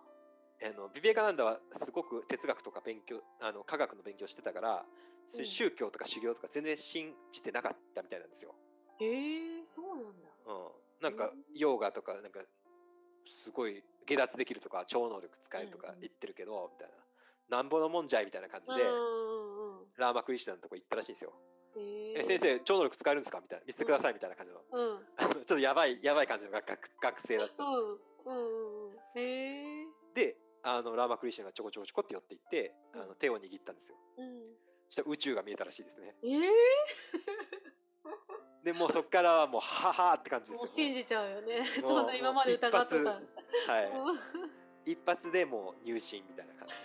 あのビベカナンダはすごく哲学とか勉強あの科学の勉強してたからそういう宗教とか修行とか全然信じてなかったみたいなんですよ。あ。へえ、そうなんだ。うん、なんかうんヨーガとかなんかすごい下脱できるとか超能力使えるとうんかうん言ってるけどみたいななんぼのもんじゃいみたいな感じでうんうんうん。ラーマクリシュナのとこ行ったらしいんですよ。へえ。え先。生超能力使えるんですかみたいな見せてくださいみたいな感じのうん。うんちょっとやばいやばい感じの学学学生だった。うんうん。へえ。であのラーマクリシュナがちょこちょこちょこって寄っていってあの手を握ったんですよ。うん。そしたら宇宙が見えたらしいですね。ええ。でもうそっからはもうははーって感じでもうすよ信。じちゃうよね。もう そんな今まで疑ってたもらう。一発はいうん一発でもう入信みたいな感じで。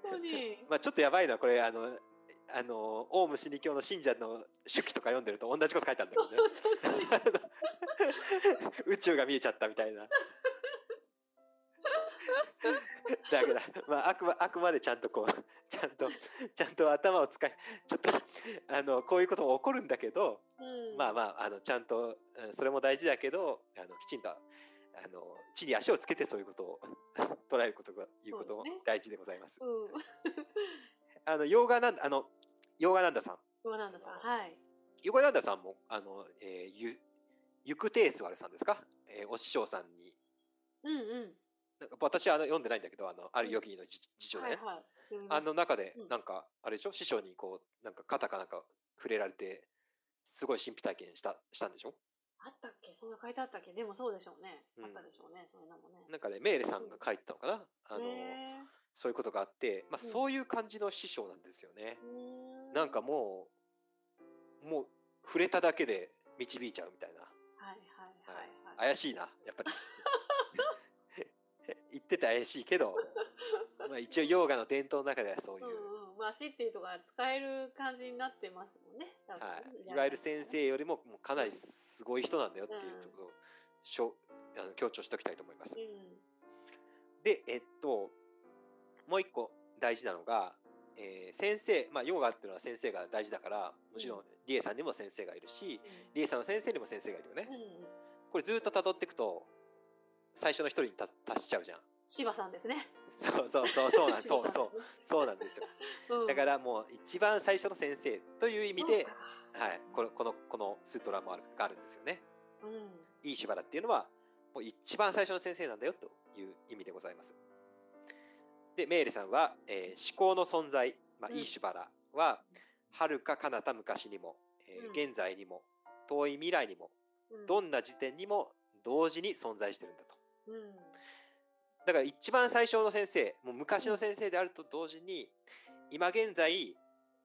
本当に。まあちょっとやばいのはこれあのあのオウム真理教の信者の手記とか読んでると同じこと書いてあるんだそうそうそう。けどね宇宙が見えちゃったみたいな。だから、まあ、あくまあくまでちゃんとこうちゃんとちゃんと頭を使いちょっとあのこういうことも起こるんだけど、うん。まあまああのちゃんとうんそれも大事だけどあのきちんとあの地に足をつけてそういうことを 捉えることがいうことそうもですね大事でございます。うん。あの、ヨーガなんだ、あの、ヨーガなんださん。どうなんださん。はい。ヨーガなんださんも、あの、えー、ゆ、ゆくてーすわるさんですかえーお師匠さんに。うんうん。なんか私はあの読んでないんだけど、あの、あるヨギのじ辞書はいね。はい。読みまあしたの中でう、んなんか、あれでしょ師匠にこう、なんか肩かなんか触れられて、すごい神秘体験した、したんでしょあったっけそんな書いてあったっけでもそうでしょうね。うんあったでしょうね。それなもね。なんかね、メーレさんが書いてたのかなあの、ねそういうことがあって、まあ、うんそういう感じの師匠なんですよねえ。うーなんかもう、もう、触れただけで導いちゃうみたいな。はいはいはいはい。怪しいなやっぱり 言ってて怪しいけどまあ一応ヨーガの伝統の中ではそういうう、んうん。まあ足っていうとこが使える感じになってますもんね。多分ねはい、いわゆる先。生よりももうかなりすごい人なんだよっていううんところをしょあの強調しておきたいと思いますう。ん。でえっともう一個大事なのが、えー先生まあヨーガっていうのは先生が大事だからもちろんうリエさんにも先生がいるしリエさんの先生にも先生がいるよねうん。。うん。これずっと辿っていくと最初の一人にた達しちゃうじゃん。柴さんですね。 そうそうそうそうなん柴そうさんそうそうなんですようんだからもう一番最初の先生という意味で、はい、このこのこのスートラもあるがあるんですよねうん、いいしばらっていうのはもう一番最初の先生なんだよという意味でございます。でメーレさんは、えー思考の存在、まあ、うんいいしばらははるか彼方昔にも、えーうん現在にも遠い未来にもうんどんな時点にも同時に存在してるんだと。うん、だから一番最初の先生もう昔の先生であると同時に今現在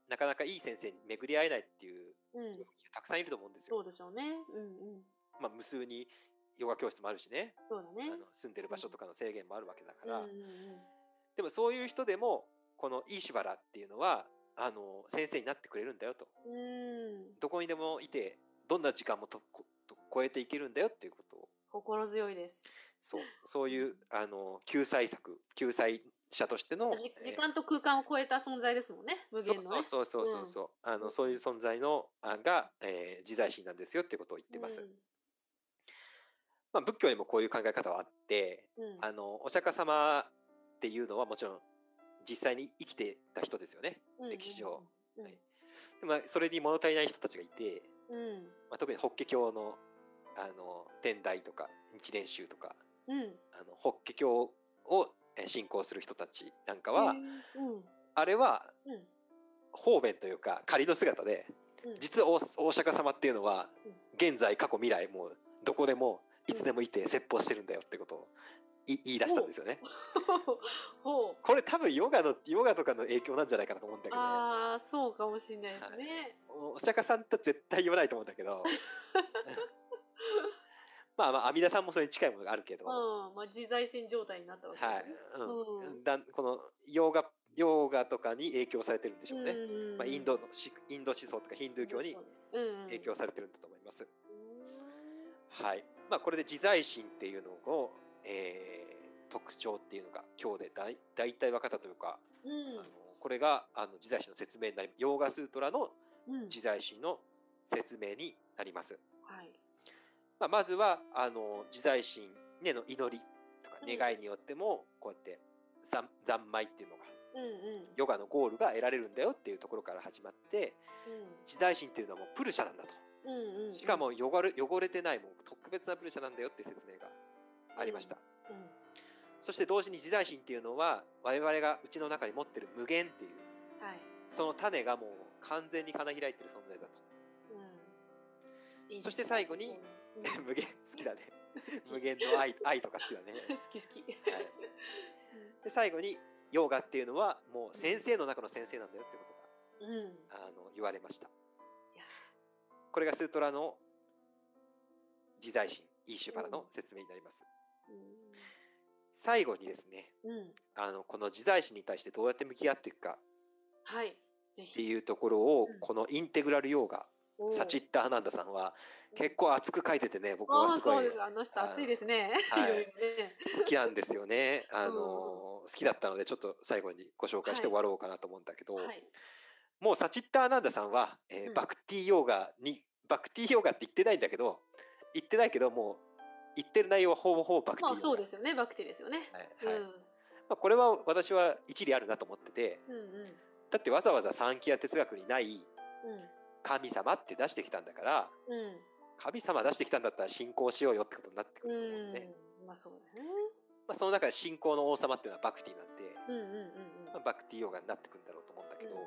なかなかいい先生に巡り合えないっていううん、たくさんいると思うんですよ。そうでしょうね。うんうん、まあ、無数にヨガ教室もあるしね。そうだねあ。の住んでる場所とかの制限もあるわけだかうら、んうんうん、でもそういう人でもこのいいしばらっていうのはあの先生になってくれるんだよとうん、どこにでもいてどんな時間もとこと超えていけるんだよっていうことを心強いです。そうそういうあの救済策救済者としてのじえー時間と空間を超えた存在ですもんね。無限のね。そうそうそうそうそう、あのそういう存在のあが、えー自在心なんですよっていうことを言ってます、うまあ、仏教にもこういう考え方はあってんうん、あのお釈迦様っていうのはもちろん実際に生きてた人ですよねうん歴史上。うんはいでまあそれに物足りない人たちがいて、うん、まあ、特に法華経のあの天台とか日蓮宗とかうん、あの法華経をえー信仰する人たちなんかは、うん、あれはうん、方便というか仮の姿でうん、実はおお釈迦様っていうのはうん現在過去未来もうどこでもいつでもいて説法してるんだよってことをい言い出したんですよね。ほう。これ多分ヨガのヨガとかの影響なんじゃないかなと思うんだけどああ、そうかもしれないですね。お釈迦さんって絶対言わないと思うんだ けどまあまあ阿弥陀さんもそれに近いものがあるけど、はうん、まあ自在心状態になったわいけですね。、うんうんだんこのヨガヨガとかに影響されてるんでしょうね、うんうんまあ、インドのしインド思想とかヒンドゥー教に影響さされてるんだと思います、はいまあ、これで自在心っていうのを、えー特徴っていうのが今日でだい大体分かったというか、うんあのこれがあの自在心の説明になりヨーガスートラのうん、自在心の説明になります。はい、まあ、まずはあの自在心への祈りとかうん願いによってもこうやって三三昧っていうのがうんうんヨガのゴールが得られるんだよっていうところから始まって自在心っていうのはもうプルシャなんだとうんうんうんしかも汚れ汚れてないもう特別なプルシャなんだよって説明がありました、うんそして同時に自在心っていうのは我々がうちの中に持ってる無限っていうはい、その種がもう完全に花開いてる存在だうんいいですねそして最後にうん と 無限好きだね無限の愛 愛とか好きだね好き好き、はい、で最後にヨガっていうのはもう先生の中の先生なんだよってことうん、があの言われましたやこれがスートラの自在心イーシュバラの説明になります最後にですねうん、うん、あのこの自在心に対してどうやって向き合っていくかはい、ぜってひいうところをうんこのインテグラルヨガおーサチッタ・アナンダさんはうん結構熱く書いててね僕あはあすごそういですあの人熱いですね、はいいろいろね、好きなんです よねあうんの好きだったのでちょっと最後にご紹介して終わろうかなと思うんだけど、はい、もうサチッターアナンダさんは、えーうんバクティヨガにバクティヨガって言ってないんだけど言ってないけどもう言ってる内容はほぼほぼバクティまあヨガ、そうですよねバクティですよね、はいはいうんまあ、これは私は一理あるなと思っててうんうんだってわざわざ三期や哲学にないうん神様って出してきたんだからうん神様出してきたんだったら信仰しようよってことになってくると思うんで、うん、まあそうだね。まあ、その中で信仰の王様っていうのはバクティなんで、うんうんうんうん。まあ、バクティヨガになってくんだろうと思うんだけど、うん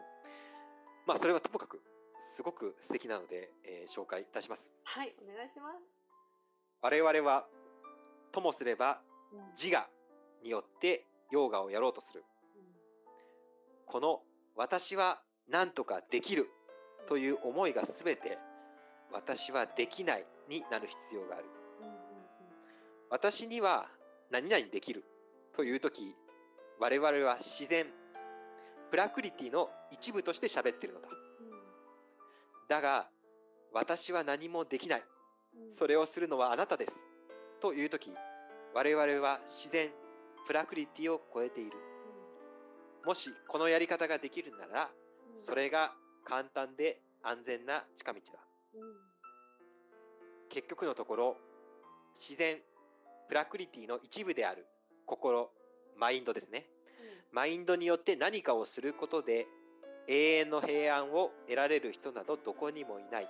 まあそれはともかくすごく素敵なので、えー紹介いたします。はい、お願いします。我々はともすればうん自我によってヨガをやろうとするこの私は何とかできるという思いが全て私はできないになる必要があるうんうん私には何々できるという時我々は自然プラクリティの一部として喋ってるのだだが私は何もできないうんうん。それ。れをするのはあなたです。という時、我々は自然、プラクリティを超えている。もしこのやり方ができるなら、そ。れが簡単で安全な近道だ。うん結結局のところ、自然、プラクリティの一部である心、マインドですね。マインドによって何かをすることで永遠の平安を得られる人などどこにもいない。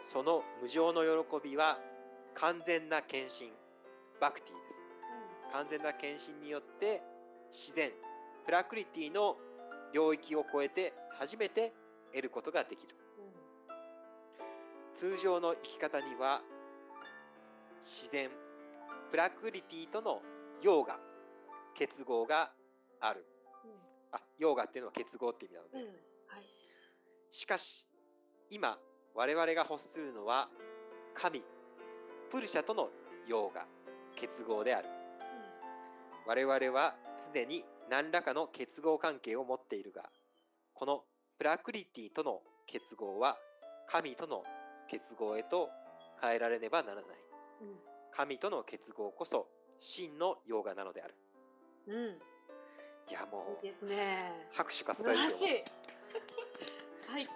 その無常の喜びは完全な献身、バクティです。完全な献身によって自然プラクリティの領域を超えて初めて得ることができる通常の生き方には自然プラクリティとのヨーガ結合があるあヨーガっていうのは結合って意味なので、しかし今我々が欲するのは神プルシャとのヨーガ結合である我々は常に何らかの結合関係を持っているがこのプラクリティとの結合は神との結合へと変えられねばならない神との結合こそ真のヨガなのであるうん、いいやもいうですね。拍手喝素采晴でらしすいよ。最高。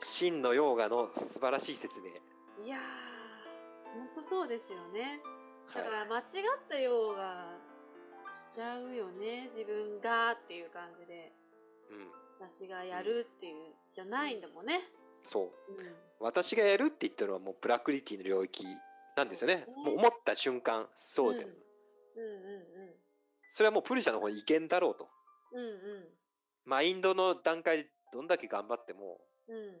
真のヨガの素晴らしい説明いやー、本当そうですよね。だかはいら間違ったようがしちゃうよね。自分がっていう感じで、うん、私がやるっていう、じゃないんだもんね。そううん私がやるって言ったのはもうプラクリティの領域なんですよねそうねもう思った瞬間そうで、うんうんそれはもうプルシャの方に行けんだろうとうんうん。うんマインドの段階でどんだけ頑張ってもうん。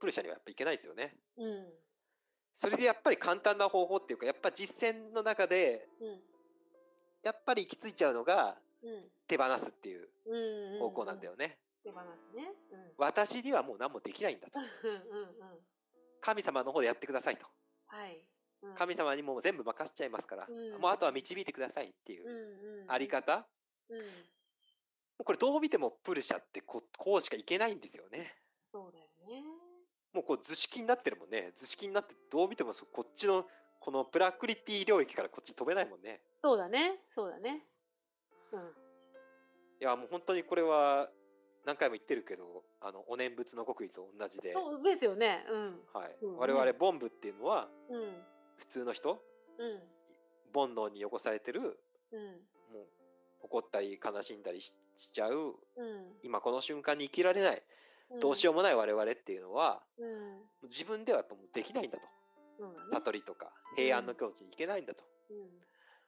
プルシャにはやっぱいけないですよね。うん。それでやっぱり簡単な方法っていうかやっぱ実践の中でうん。やっぱり行き着いちゃうのがうん。手放すっていううんうん。方向なんだよ。よね。手放すね。うん。私にはもう何もできないんだと。うんうんうん。神様の方でやってくださいと。はい。うん神様にもう全部任せちゃいますから、うんもうあとは導いてくださいっていううんうん。あり。方。もうん。うこれどう見てもプルシャってここうしかいけないんですよね。そうだよね。もうこう図式になってるもんね。図式になってどう見てもそこっちのこのプラクリティ領域からこっち飛べないもんね。そうだね。そうだね。うん。いやもう本当にこれは何回も言ってるけどあのお念仏の極意と同じで、はそうですよね。うん。いそうね我々ボンブっていうのはうん。普通の人うん。煩悩に汚されてるうん。もう怒ったり悲しんだりししちゃううん。今この瞬間に生きられないうんどうしようもない我々っていうのはうん。自分ではやっぱもうできないんだとそうだね。悟りとか平安の境地に行けないんだと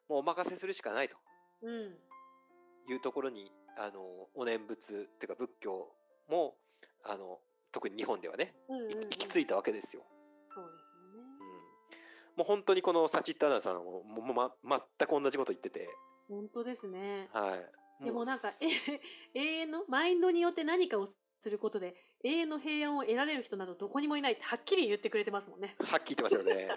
もうお任せするしかないとうん。うん。いうところにあのお念仏っていうか仏教もあの特に日本ではねうんうん。うん行き着いたわけですよ。そうですよね。うんもう本当にこのサチッターナさんももう、ま、全く同じこと言ってて、本当ですね。はい、でもなんかすえ 永遠のマインドによって何かをすることで永遠の平安を得られる人などどこにもいないってはっきり言ってくれてますもんねはっきり言ってますよね。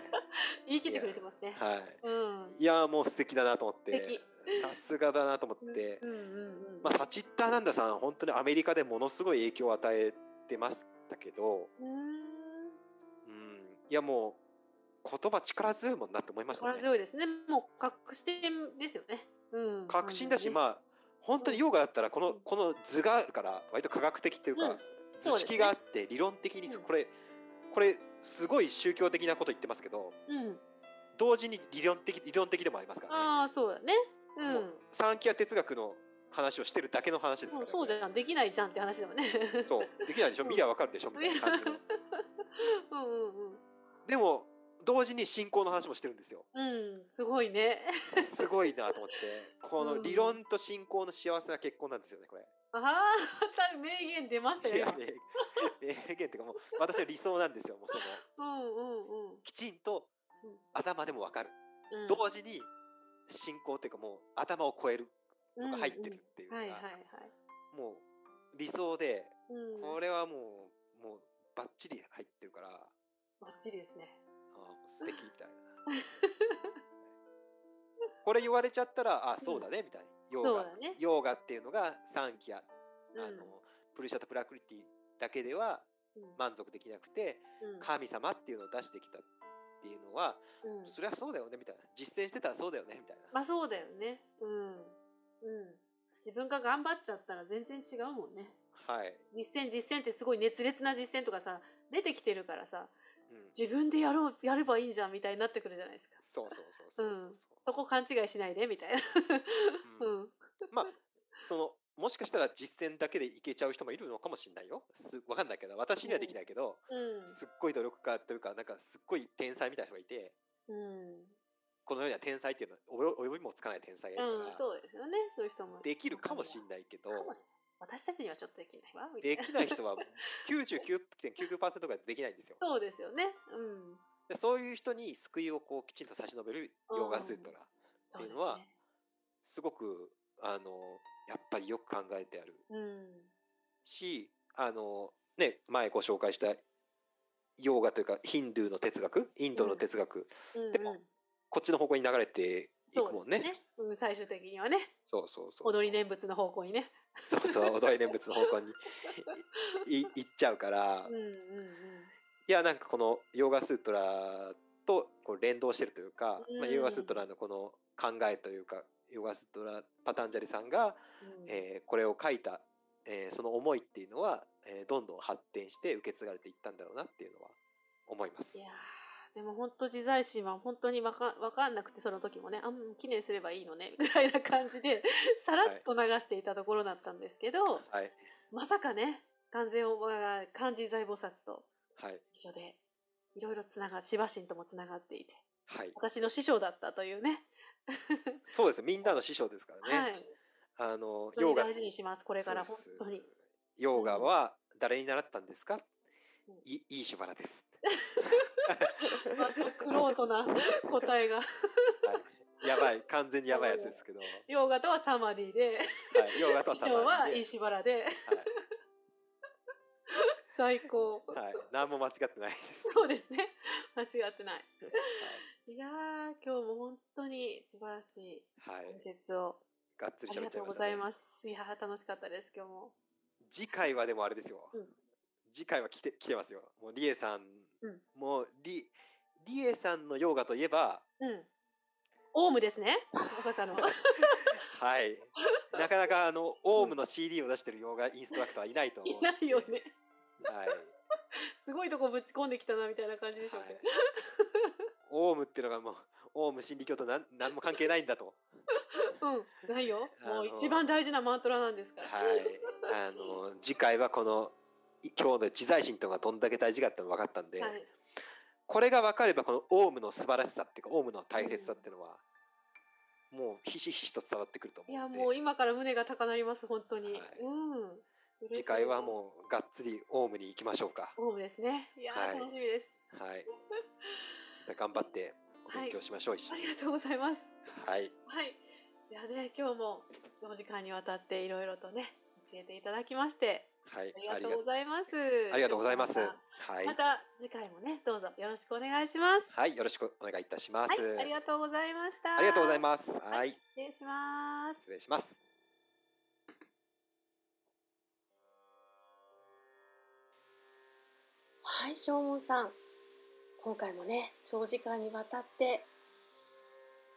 言い切ってくれてますねはうんい、いやーもう素敵だなと思っ素て敵さすがだなと思って、うんうんうんまあ、サチッターナンダさん本当にアメリカでものすごい影響を与えてましたけど、うーんうん、いやもう言葉力強いもんなって思いました力ね。強いですねもう確信ですよねうん確信だし、あまあ本当にヨガだったらこのこの図があるから割と科学的というか、うん図式があって理論的にうんこれこれすごい宗教的なこと言ってますけどうん同時に理論的理論的でもありますからねああそうだねうんもう産期や哲学の話をしてるだけの話ですそかうらそうじねゃんできないじゃんって話だもんねそうできないでしょうん見りゃわかるでしょみたいな感じの うんうんでも同時に信仰の話もしてるんですようんうんすごいねすごいなと思ってこの理論と信仰の幸せな結婚なんですよねこれああ名言出ましたいよや今名名 言っていうかもう私は理想なんですよもうそのうんうんうんきちんとうん頭でもわかるうん同時に信仰っていうかもう頭を超えるのが入ってるっていううんのうんがはいはいはい、もう理想でうん、これはもうもうバッチリ入ってるからあバッチリですねあもう素敵み たいなこれ言われちゃったらあそうだねみたいなヨそーうガだねヨーガっていうのが三期やあうんのプルシャとプラクリティだけではうん満足できなくてうん神様っていうのを出してきたっていうのはうんそりゃそうだよねみたいな実践してたらそうだよねみたいなまあそうだよねうんうん自分が頑張っちゃったら全然違うもんねはい実践実践ってすごい熱烈な実践とかさ出てきてるからさうん、自分でやろうやればいいんじゃんみたいになってくるじゃないですかそうそうそうそうそうそこ勘違いしないでみたいなそう、うんうんまあそのもしかしたら実践だけでいけちゃう人もいるのかもしれないよすわかんないけど私にはできないけど、うんすっごい努力家というかなんかすっごい天才みたいな人がいてうんこの世には天才っていうのは及び及びもつかない天才がいるから、うん、そうですよねそういう人もできるかもしれいないけどかもしれない私たちにはちょっとできないわみたいでなきない 人は99.9%ができないんですよ。そうですよねうんでそういう人に救いをこうきちんと差し伸べるヨガスートラ、そうですっていうのはねすごくあのやっぱりよく考えてあるうんしあの、ね、前ご紹介したヨガというかヒンドゥーの哲学インドの哲学、うんでもうんこっちの方向に流れていそうくもんね。ですうん、最終的にはねそうそうそう踊り念仏の方向にねそうそう踊り念仏の方向にいい行っちゃうから、うんうんいやなんかこのヨガスートラとこう連動してるというか、まあ、うんヨガスートラのこの考えというかヨガスートラパタンジャリさんが、うんうんえーこれを書いた、えーその思いっていうのは、えーどんどん発展して受け継がれていったんだろうなっていうのは思いますいや。ーでも本当自在心は本当にわかわかんなくてその時もね「あうん記念すればいいのね」みたいな感じで さらっと流していたところだったんですけど、はい、まさかね完全をが漢字財菩薩とはい、一緒でいろいろつなが芝神ともつながっていてはい、私の師匠だったというねそうですみんなの師匠ですからね。はいあの本当ヨにガ大事にしますこれからそう本です当にヨガは誰に習ったんですかうん？いいいしばらです。またクロートな答えがはい、やばい完全にやばいやつですけど、はヨガとはサマディで い、ヨガとは師サ匠マはディで石原ではい最高はい、何も間違ってないです。そうですね間違ってないはいやー今日も本当に素晴らしいい、はい解、説をがっつりあり喋っがちゃというまごした、ざいね。ますいやー楽しかったです今日も次回はでもあれですよ。うん次回は来て来てますよ。もうリエさん、うんもうリリエさんのヨガとい えば、うんオウムですねまさ かのはい、なかなかあのオウムの CD を出してるヨガインストラクターはいないと思。いうないよ。ねはい。すごいとこぶち込んできたなみたいな感じでしょうはけいど、オウムっていうのがもうオウム真理教となん何も関係ないんだと。うんないよもあうの一番大事なマントラなんですからはい、あの次回はこのい今日の自在心とかどんだけ大事かっての分かったんで、はいこれが分かればこのオウムの素晴らしさっていうかオウムの大切さっていうのは、もうひしひしと伝わってくるとい思うやんでもう今から胸が高鳴ります本当に、はいうん嬉しい次回はもうがっつりオウムに行きましょうか。オウムですねいやー、はい楽しみです はい、頑張ってお勉強しましょう、一緒あにり。がとうございますはい、はいではね今日も4時間にわたっていろいろとね教えていただきましてはいありがありとうございますがありがとうございます。はまい、たまた次回もねどうぞよろしくお願いしますはい、よろしくお願いいたします。はい、ありがとうございましたありがとうございます。ははいい、失礼します失礼します。はい、正門さん。今回もね、長時間にわたって、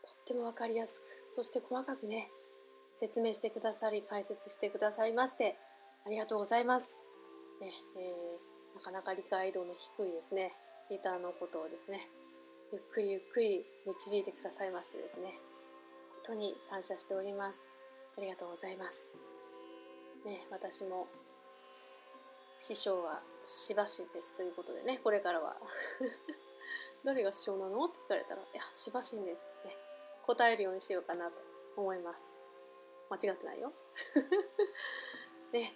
とってもわかりやすく、そして細かくね、説明してくださり、解説してくださいまして、ありがとうございます。ね、えーなかなか理解度の低いですね、リターのことをですね、ゆっくりゆっくり導いてくださいましてですね、本当に感謝しております。ありがとうございます。ね、私も師匠はしばしですということでねこれからは 誰が師匠なのって聞かれたら「いやしばしんです」ってね答えるようにしようかなと思います間違ってないよ ね、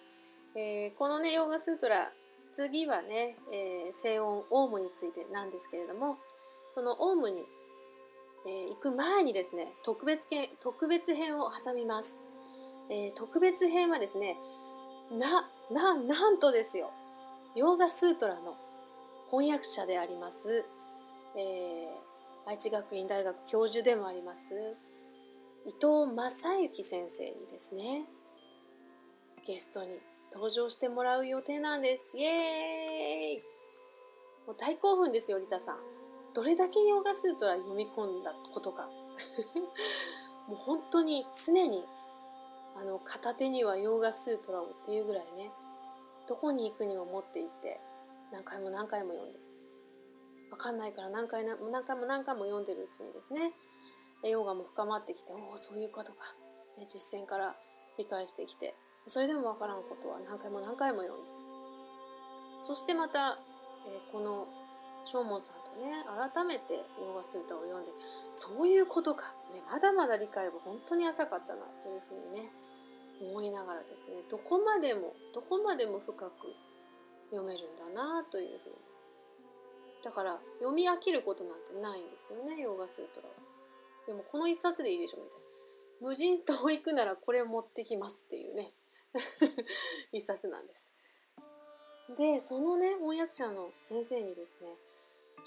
えーこのねヨーガスートラ次はね、えー静音オウムについてなんですけれどもそのオウムに、えー行く前にですね特別編特別編を挟みます、えー特別編はですねな、な、なんとですよ。ヨーガスートラの翻訳者であります、えー愛知学院大学教授でもあります、伊藤正幸先生にですね、ゲストに登場してもらう予定なんです。イエーイもう大興奮ですよ、リタさん。どれだけヨーガスートラ読み込んだことか。 もう本当に常にあの片手には洋画スートラをっていうぐらいねどこに行くにも持って行って何回も何回も読んでわかんないから何回な何回も何回も読んでるうちにですねえヨガも深まってきておおそういうことか、ね、実践から理解してきてそれでもわからんことは何回も何回も読んでそしてまた、えーこの正門さんとね改めて「ヨガスータ」を読んでそういうことか、ね、まだまだ理解は本当に浅かったなというふうにね思いながらですねどこまでもどこまでも深く読めるんだなというふうにだから読み飽きることなんてないんですよねヨガスートラは。でもこの一冊でいいでしょみたいな。無人島行くならこれ持ってきますっていうね 一冊なんです。でそのね翻訳者の先生にですね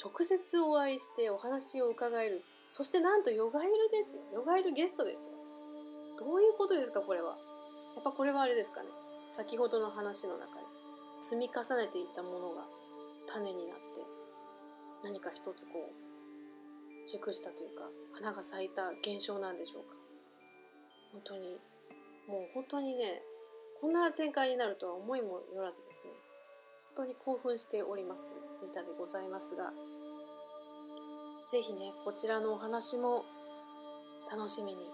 直接お会いしてお話を伺えるそしてなんとヨガエルですよヨガエルゲストですよどういうことですかこれはやっぱこれはあれですかね先ほどの話の中に積み重ねていったものが種になって何か一つこう熟したというか花が咲いた現象なんでしょうか本当にもう本当にねこんな展開になるとは思いもよらずですね本当に興奮しておりますリタでございますがぜひねこちらのお話も楽しみに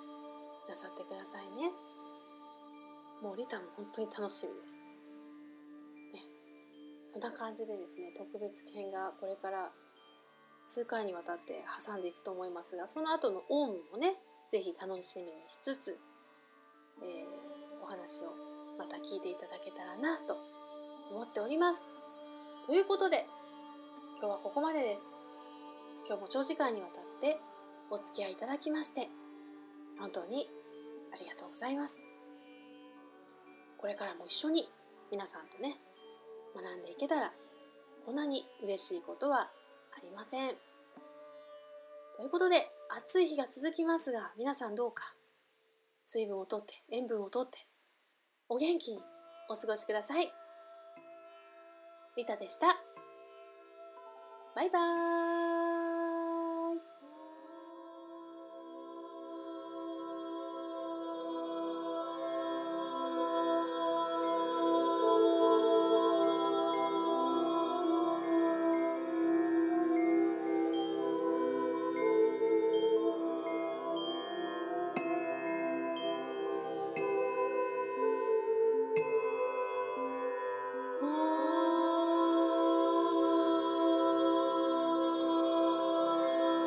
なさってくださいねもうリタも本当に楽しみですそんな感じでですね特別編がこれから数回にわたって挟んでいくと思いますがその後のオウムもねぜひ楽しみにしつつ、えーお話をまた聞いていただけたらなと思っております。ということで今日はここまでです。今日も長時間にわたってお付き合いいただきまして本当にありがとうございます。これからも一緒に皆さんとね学んでいけたらこんなに嬉しいことはありません。ということで暑い日が続きますが皆さんどうか水分をとって塩分をとってお元気にお過ごしください。リタでした。バイバーイ「おー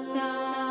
シャ